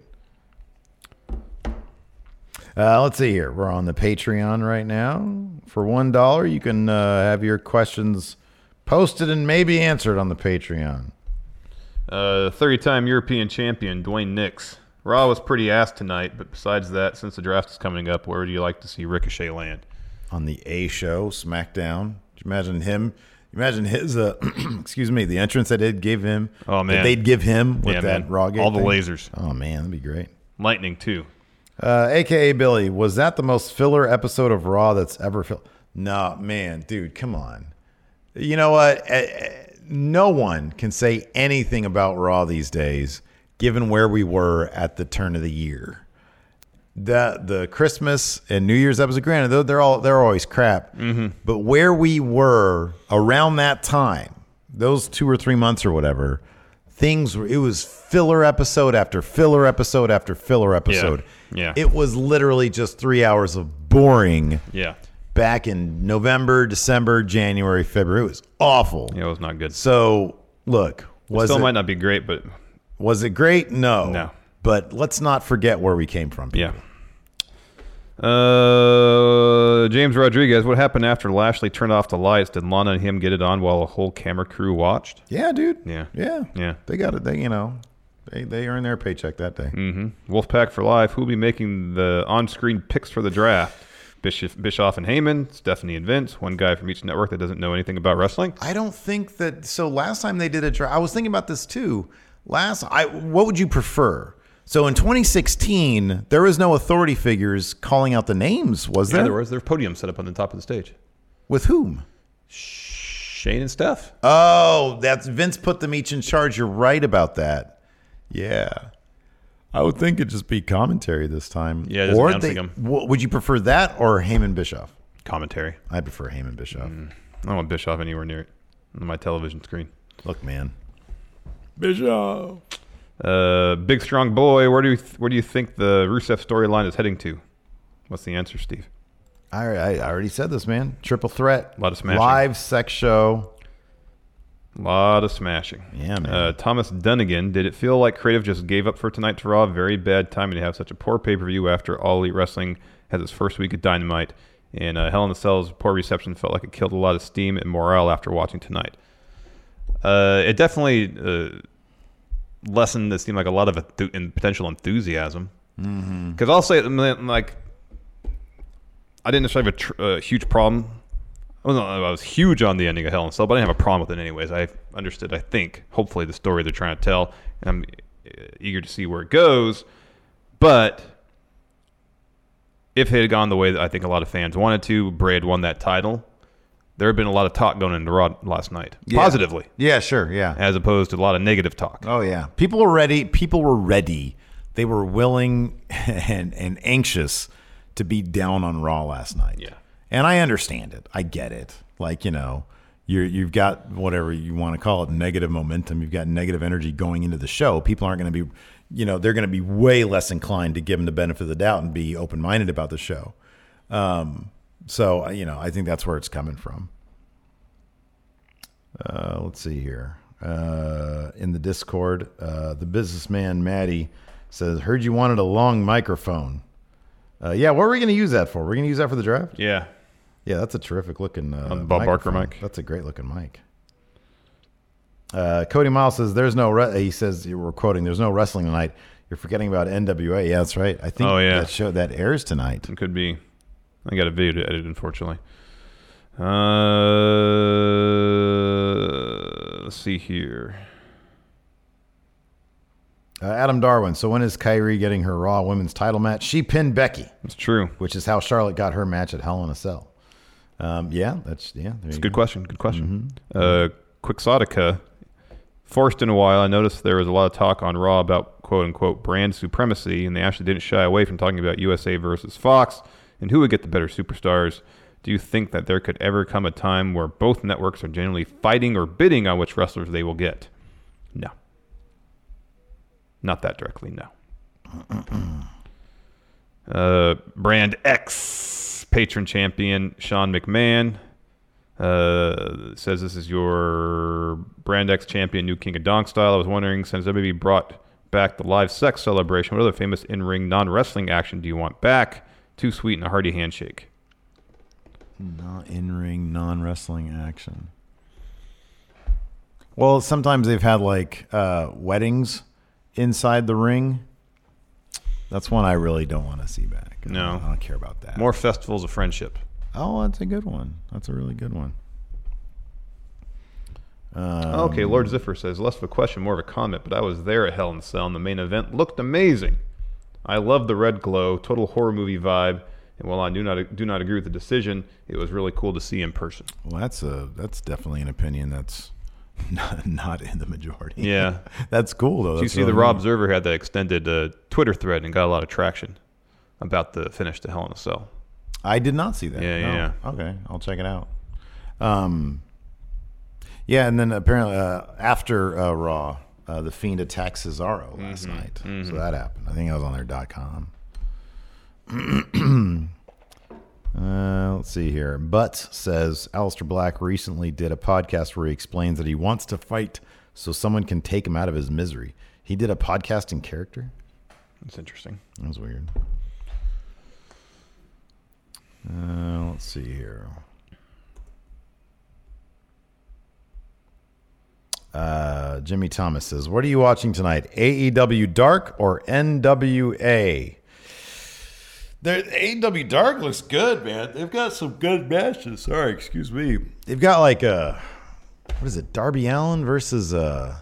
Speaker 3: Uh, let's see here. We're on the Patreon right now. For one dollar, you can uh, have your questions posted and maybe answered on the Patreon.
Speaker 4: Uh, Thirty-time European champion Dwayne Nix. Raw was pretty ass tonight, but besides that, since the draft is coming up, where would you like to see Ricochet land?
Speaker 3: on the A show, SmackDown. Could you imagine him? Imagine his, uh, excuse me, the entrance that they'd give him.
Speaker 4: Oh,
Speaker 3: that
Speaker 4: man.
Speaker 3: they'd give him with
Speaker 4: Yeah,
Speaker 3: that
Speaker 4: man.
Speaker 3: raw gate
Speaker 4: All the
Speaker 3: thing.
Speaker 4: lasers.
Speaker 3: Oh man, that'd be great.
Speaker 4: Lightning too.
Speaker 3: Uh, AKA Billy, was that the most filler episode of Raw that's ever filled? No, man, dude, come on. You know what? Eh, eh, No one can say anything about Raw these days, given where we were at the turn of the year. The the Christmas and New Year's episode, granted, they're, they're all they're always crap.
Speaker 4: Mm-hmm.
Speaker 3: But where we were around that time, those two or three months or whatever, things were it was filler episode after filler episode after filler episode.
Speaker 4: Yeah.
Speaker 3: It was literally just three hours of boring
Speaker 4: Yeah,
Speaker 3: back in November, December, January, February. It was awful.
Speaker 4: yeah, it was not good.
Speaker 3: So look, was
Speaker 4: Still
Speaker 3: it,
Speaker 4: might not be great, but
Speaker 3: was it great? No.
Speaker 4: No.
Speaker 3: But let's not forget where we came from. people.
Speaker 4: yeah. Uh, James Rodriguez, what happened after Lashley turned off the lights? Did Lana and him get it on while a whole camera crew watched?
Speaker 3: Yeah, dude.
Speaker 4: Yeah.
Speaker 3: Yeah.
Speaker 4: Yeah.
Speaker 3: They got it. They, you know, they, they earned their paycheck that day.
Speaker 4: Mm. Wolfpack for life. Who'll be making the on-screen picks for the draft? Bischoff, Bischoff and Heyman, Stephanie and Vince, one guy from each network that doesn't know anything about wrestling.
Speaker 3: I don't think that. So last time they did a draft, I was thinking about this too. Last, I what would you prefer? So in 2016, there was no authority figures calling out the names, was there?
Speaker 4: Yeah, there was their podium set up on the top of the stage.
Speaker 3: With whom?
Speaker 4: Shane and Steph.
Speaker 3: Oh, that's Vince put them each in charge. You're right about that. Yeah. I would think it'd just be commentary this time.
Speaker 4: Yeah, just
Speaker 3: or
Speaker 4: announcing
Speaker 3: they,
Speaker 4: them.
Speaker 3: w- would you prefer that or Heyman Bischoff?
Speaker 4: Commentary.
Speaker 3: I prefer Heyman Bischoff.
Speaker 4: I don't want Bischoff anywhere near it on my television screen.
Speaker 3: Look, man,
Speaker 6: Bishop.
Speaker 4: Uh, big strong boy. Where do you th- where do you think the Rusev storyline is heading to? What's the answer, Steve?
Speaker 3: I, I I already said this, man. Triple threat,
Speaker 4: Lot of smashing.
Speaker 3: live sex show.
Speaker 4: A lot of smashing.
Speaker 3: Yeah, man.
Speaker 4: Uh, Thomas Dunnigan. Did it feel like creative just gave up for tonight to Raw? Very bad timing to have such a poor pay per view after All Elite Wrestling has its first week of Dynamite, and uh, Hell in a Cell's poor reception felt like it killed a lot of steam and morale after watching tonight. Uh, it definitely uh, lessened. It seemed like a lot of enthu- and potential enthusiasm.
Speaker 3: Mm-hmm.
Speaker 4: Because I'll say, I mean, like, I didn't necessarily have a, tr- a huge problem. I was, I was huge on the ending of Hell in a Cell, but I didn't have a problem with it anyways. I understood, I think, hopefully, the story they're trying to tell, and I'm uh, eager to see where it goes. But if it had gone the way that I think a lot of fans wanted to, Bray had won that title. There had been a lot of talk going into Raw last night, positively,
Speaker 3: Yeah, sure. Yeah.
Speaker 4: as opposed to a lot of negative talk.
Speaker 3: Oh yeah, people were ready. People were ready. They were willing and and anxious to be down on Raw last night.
Speaker 4: Yeah.
Speaker 3: and I understand it. I get it. Like you know, you you've got whatever you want to call it, negative momentum. You've got negative energy going into the show. People aren't going to be, you know, they're going to be way less inclined to give them the benefit of the doubt and be open minded about the show. Um, so you know, I think that's where it's coming from. Uh, let's see here. Uh, in the Discord, uh, the businessman Maddie says, "Heard you wanted a long microphone." Uh, yeah, what are we going to use that for? We're going to use that for the draft.
Speaker 4: Yeah.
Speaker 3: Yeah, that's a terrific looking uh,
Speaker 4: Um, Bob Barker
Speaker 3: microphone.
Speaker 4: mic.
Speaker 3: That's a great looking mic. Uh, Cody Miles says, "There's no." Re-, he says, "We're quoting. There's no wrestling tonight. You're forgetting about NWA. Yeah, that's right. I think
Speaker 4: Oh, yeah.
Speaker 3: that show that airs tonight.
Speaker 4: It could be. I got a video to edit, unfortunately. Uh, let's see here.
Speaker 3: Uh, Adam Darwin. So when is Kyrie getting her Raw Women's Title match? She pinned Becky.
Speaker 4: It's true.
Speaker 3: which is how Charlotte got her match at Hell in a Cell. Um, yeah, that's yeah. There you
Speaker 4: It's a good
Speaker 3: go. Mm-hmm.
Speaker 4: question. Good question. Uh, Quixotica, forced in a while, I noticed there was a lot of talk on Raw about quote unquote brand supremacy, and they actually didn't shy away from talking about USA versus Fox and who would get the better superstars. Do you think that there could ever come a time where both networks are generally fighting or bidding on which wrestlers they will get? No. Not that directly, no. Uh, brand X patron champion Sean McMahon uh, says this is your Brand X champion, new King of Donk style. I was wondering, since WWE brought back the live sex celebration, what other famous in ring non wrestling action do you want back? Too sweet and a hearty handshake.
Speaker 3: Not in-ring non-wrestling action. Well, sometimes they've had like uh, weddings inside the ring. That's one I really don't want to see back. I don't-
Speaker 4: No.
Speaker 3: I don't care about that.
Speaker 4: More festivals of friendship.
Speaker 3: Oh, that's a good one. That's a really good one.
Speaker 4: Uh, okay, Lord Ziffer says less of a question, more of a comment, but I was there at Hell in a Cell, and the main event looked amazing. I love the red glow, total horror movie vibe, and while I do not do not agree with the decision, it was really cool to see in person.
Speaker 3: Well, that's a that's definitely an opinion that's not, not in the majority.
Speaker 4: Yeah.
Speaker 3: that's cool though.
Speaker 4: Do you
Speaker 3: That's
Speaker 4: see the
Speaker 3: really
Speaker 4: Raw
Speaker 3: neat.
Speaker 4: Observer had that extended uh, Twitter thread and got a lot of traction about the finish to Hell in a Cell.
Speaker 3: I did not see that.
Speaker 4: Yeah, yeah,
Speaker 3: No. Okay, I'll check it out. Um, yeah, and then apparently uh, after uh, Raw, uh, the Fiend attacked Cesaro last
Speaker 4: Mm-hmm.
Speaker 3: night, so that happened. I think I was on their dot com. Uh, let's see here. Butts says Alistair Black recently did a podcast where he explains that he wants to fight so someone can take him out of his misery. He did a podcast in character.
Speaker 4: That's interesting.
Speaker 3: That was weird. Uh, let's see here. Uh, Jimmy Thomas says, "What are you watching tonight? AEW Dark or NWA?"
Speaker 6: Their AW E Dark looks good, man. They've got some good matches. Sorry, excuse me.
Speaker 3: They've got like a what is it? Darby Allen versus uh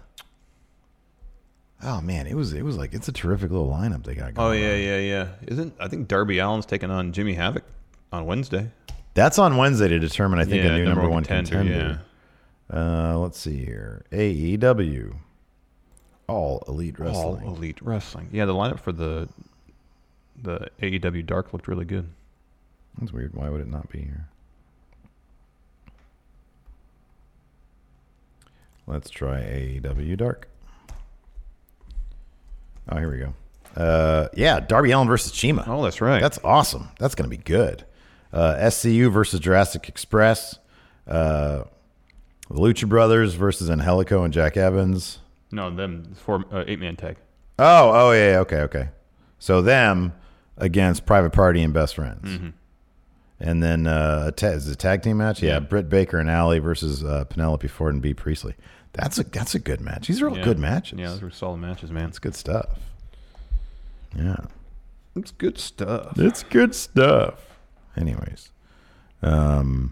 Speaker 3: Oh man, it was it was like it's a terrific little lineup they got going.
Speaker 4: Oh yeah, yeah, yeah. Isn't I think Darby Allen's taking on Jimmy Havoc on Wednesday.
Speaker 3: That's on Wednesday to determine I think
Speaker 4: yeah,
Speaker 3: a new number, one contender. Uh, let's see here. AEW. All Elite
Speaker 4: Yeah. All
Speaker 3: Wrestling.
Speaker 4: Elite Wrestling. Yeah, the lineup for the the AEW Dark looked really good.
Speaker 3: That's weird. Why would it not be here? Let's try AEW Dark. Oh, here we go. Uh, yeah, Darby Allen versus Chima.
Speaker 4: Oh, that's right.
Speaker 3: That's awesome. That's going to be good. Uh, SCU versus Jurassic Express. Uh, the Lucha Brothers versus Angelico and Jack Evans.
Speaker 4: no them four uh, eight man tag.
Speaker 3: Oh, oh yeah, yeah, okay, okay. So them against Private Party and Best Friends,
Speaker 4: Mm-hmm.
Speaker 3: and then uh, a ta- is it a tag team match. Yeah, Britt Baker and Allie versus uh, Penelope Ford and B Priestley. That's a that's a good match. These are all
Speaker 4: Yeah.
Speaker 3: good matches.
Speaker 4: Yeah, those were solid matches, man.
Speaker 3: that's good stuff. Yeah.
Speaker 4: It's good stuff.
Speaker 3: It's good stuff. Anyways, um,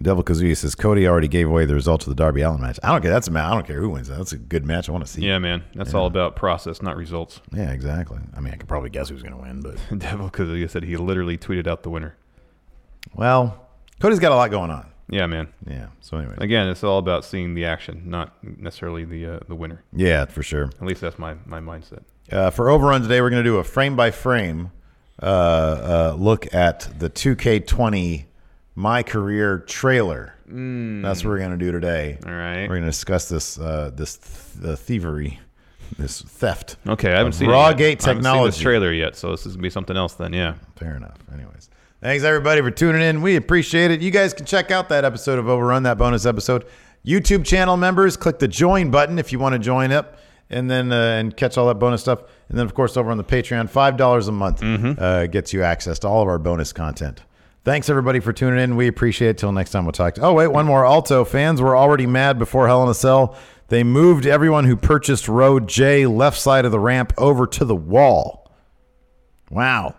Speaker 3: Devil Kazooie says Cody already gave away the results of the Darby Allen match. I don't care. That's a ma- I don't care who wins that. That's a good match. I want to see.
Speaker 4: Yeah, man. That's all about process, not results.
Speaker 3: Yeah, exactly. I mean, I could probably guess who's going to win, but
Speaker 4: Devil Kazuya said he literally tweeted out the winner.
Speaker 3: well, Cody's got a lot going on.
Speaker 4: Yeah, man.
Speaker 3: Yeah. So anyway,
Speaker 4: Again, it's all about seeing the action, not necessarily the uh, the winner.
Speaker 3: yeah, for sure.
Speaker 4: At least that's my, my mindset.
Speaker 3: Uh, for overrun today, we're going to do a frame by frame uh, uh, look at the 2K20 My Career trailer. That's what we're going to do today.
Speaker 4: All right.
Speaker 3: We're going to discuss this uh, this th- uh, thievery, this theft.
Speaker 4: Okay, I
Speaker 3: of
Speaker 4: haven't seen
Speaker 3: raw
Speaker 4: it yet.
Speaker 3: gate
Speaker 4: I haven't seen this
Speaker 3: technology.
Speaker 4: trailer yet, so this is gonna be something else then. Yeah.
Speaker 3: Fair enough. Anyways, thanks everybody for tuning in. We appreciate it. You guys can check out that episode of Overrun, that bonus episode. YouTube channel members, click the join button if you want to join up, and then uh, and catch all that bonus stuff. And then of course over on the Patreon, five dollars a month uh, gets you access to all of our bonus content. Thanks everybody for tuning in. We appreciate it. Till next time, we'll talk. To- oh wait, one more. Alto fans were already mad before Hell in a Cell. They moved everyone who purchased row J left side of the ramp over to the wall. Wow.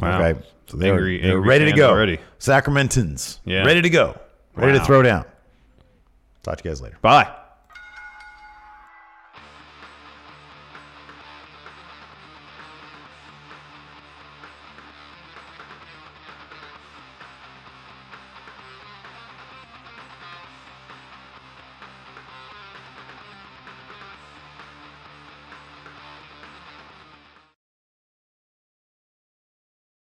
Speaker 4: Wow.
Speaker 3: Okay. So they're,
Speaker 4: Angry-
Speaker 3: they're
Speaker 4: angry
Speaker 3: ready to
Speaker 4: fans
Speaker 3: go.
Speaker 4: already.
Speaker 3: Sacramentans.
Speaker 4: Yeah.
Speaker 3: Ready to go. Ready to
Speaker 4: Wow.
Speaker 3: throw down. Talk to you guys later.
Speaker 4: Bye.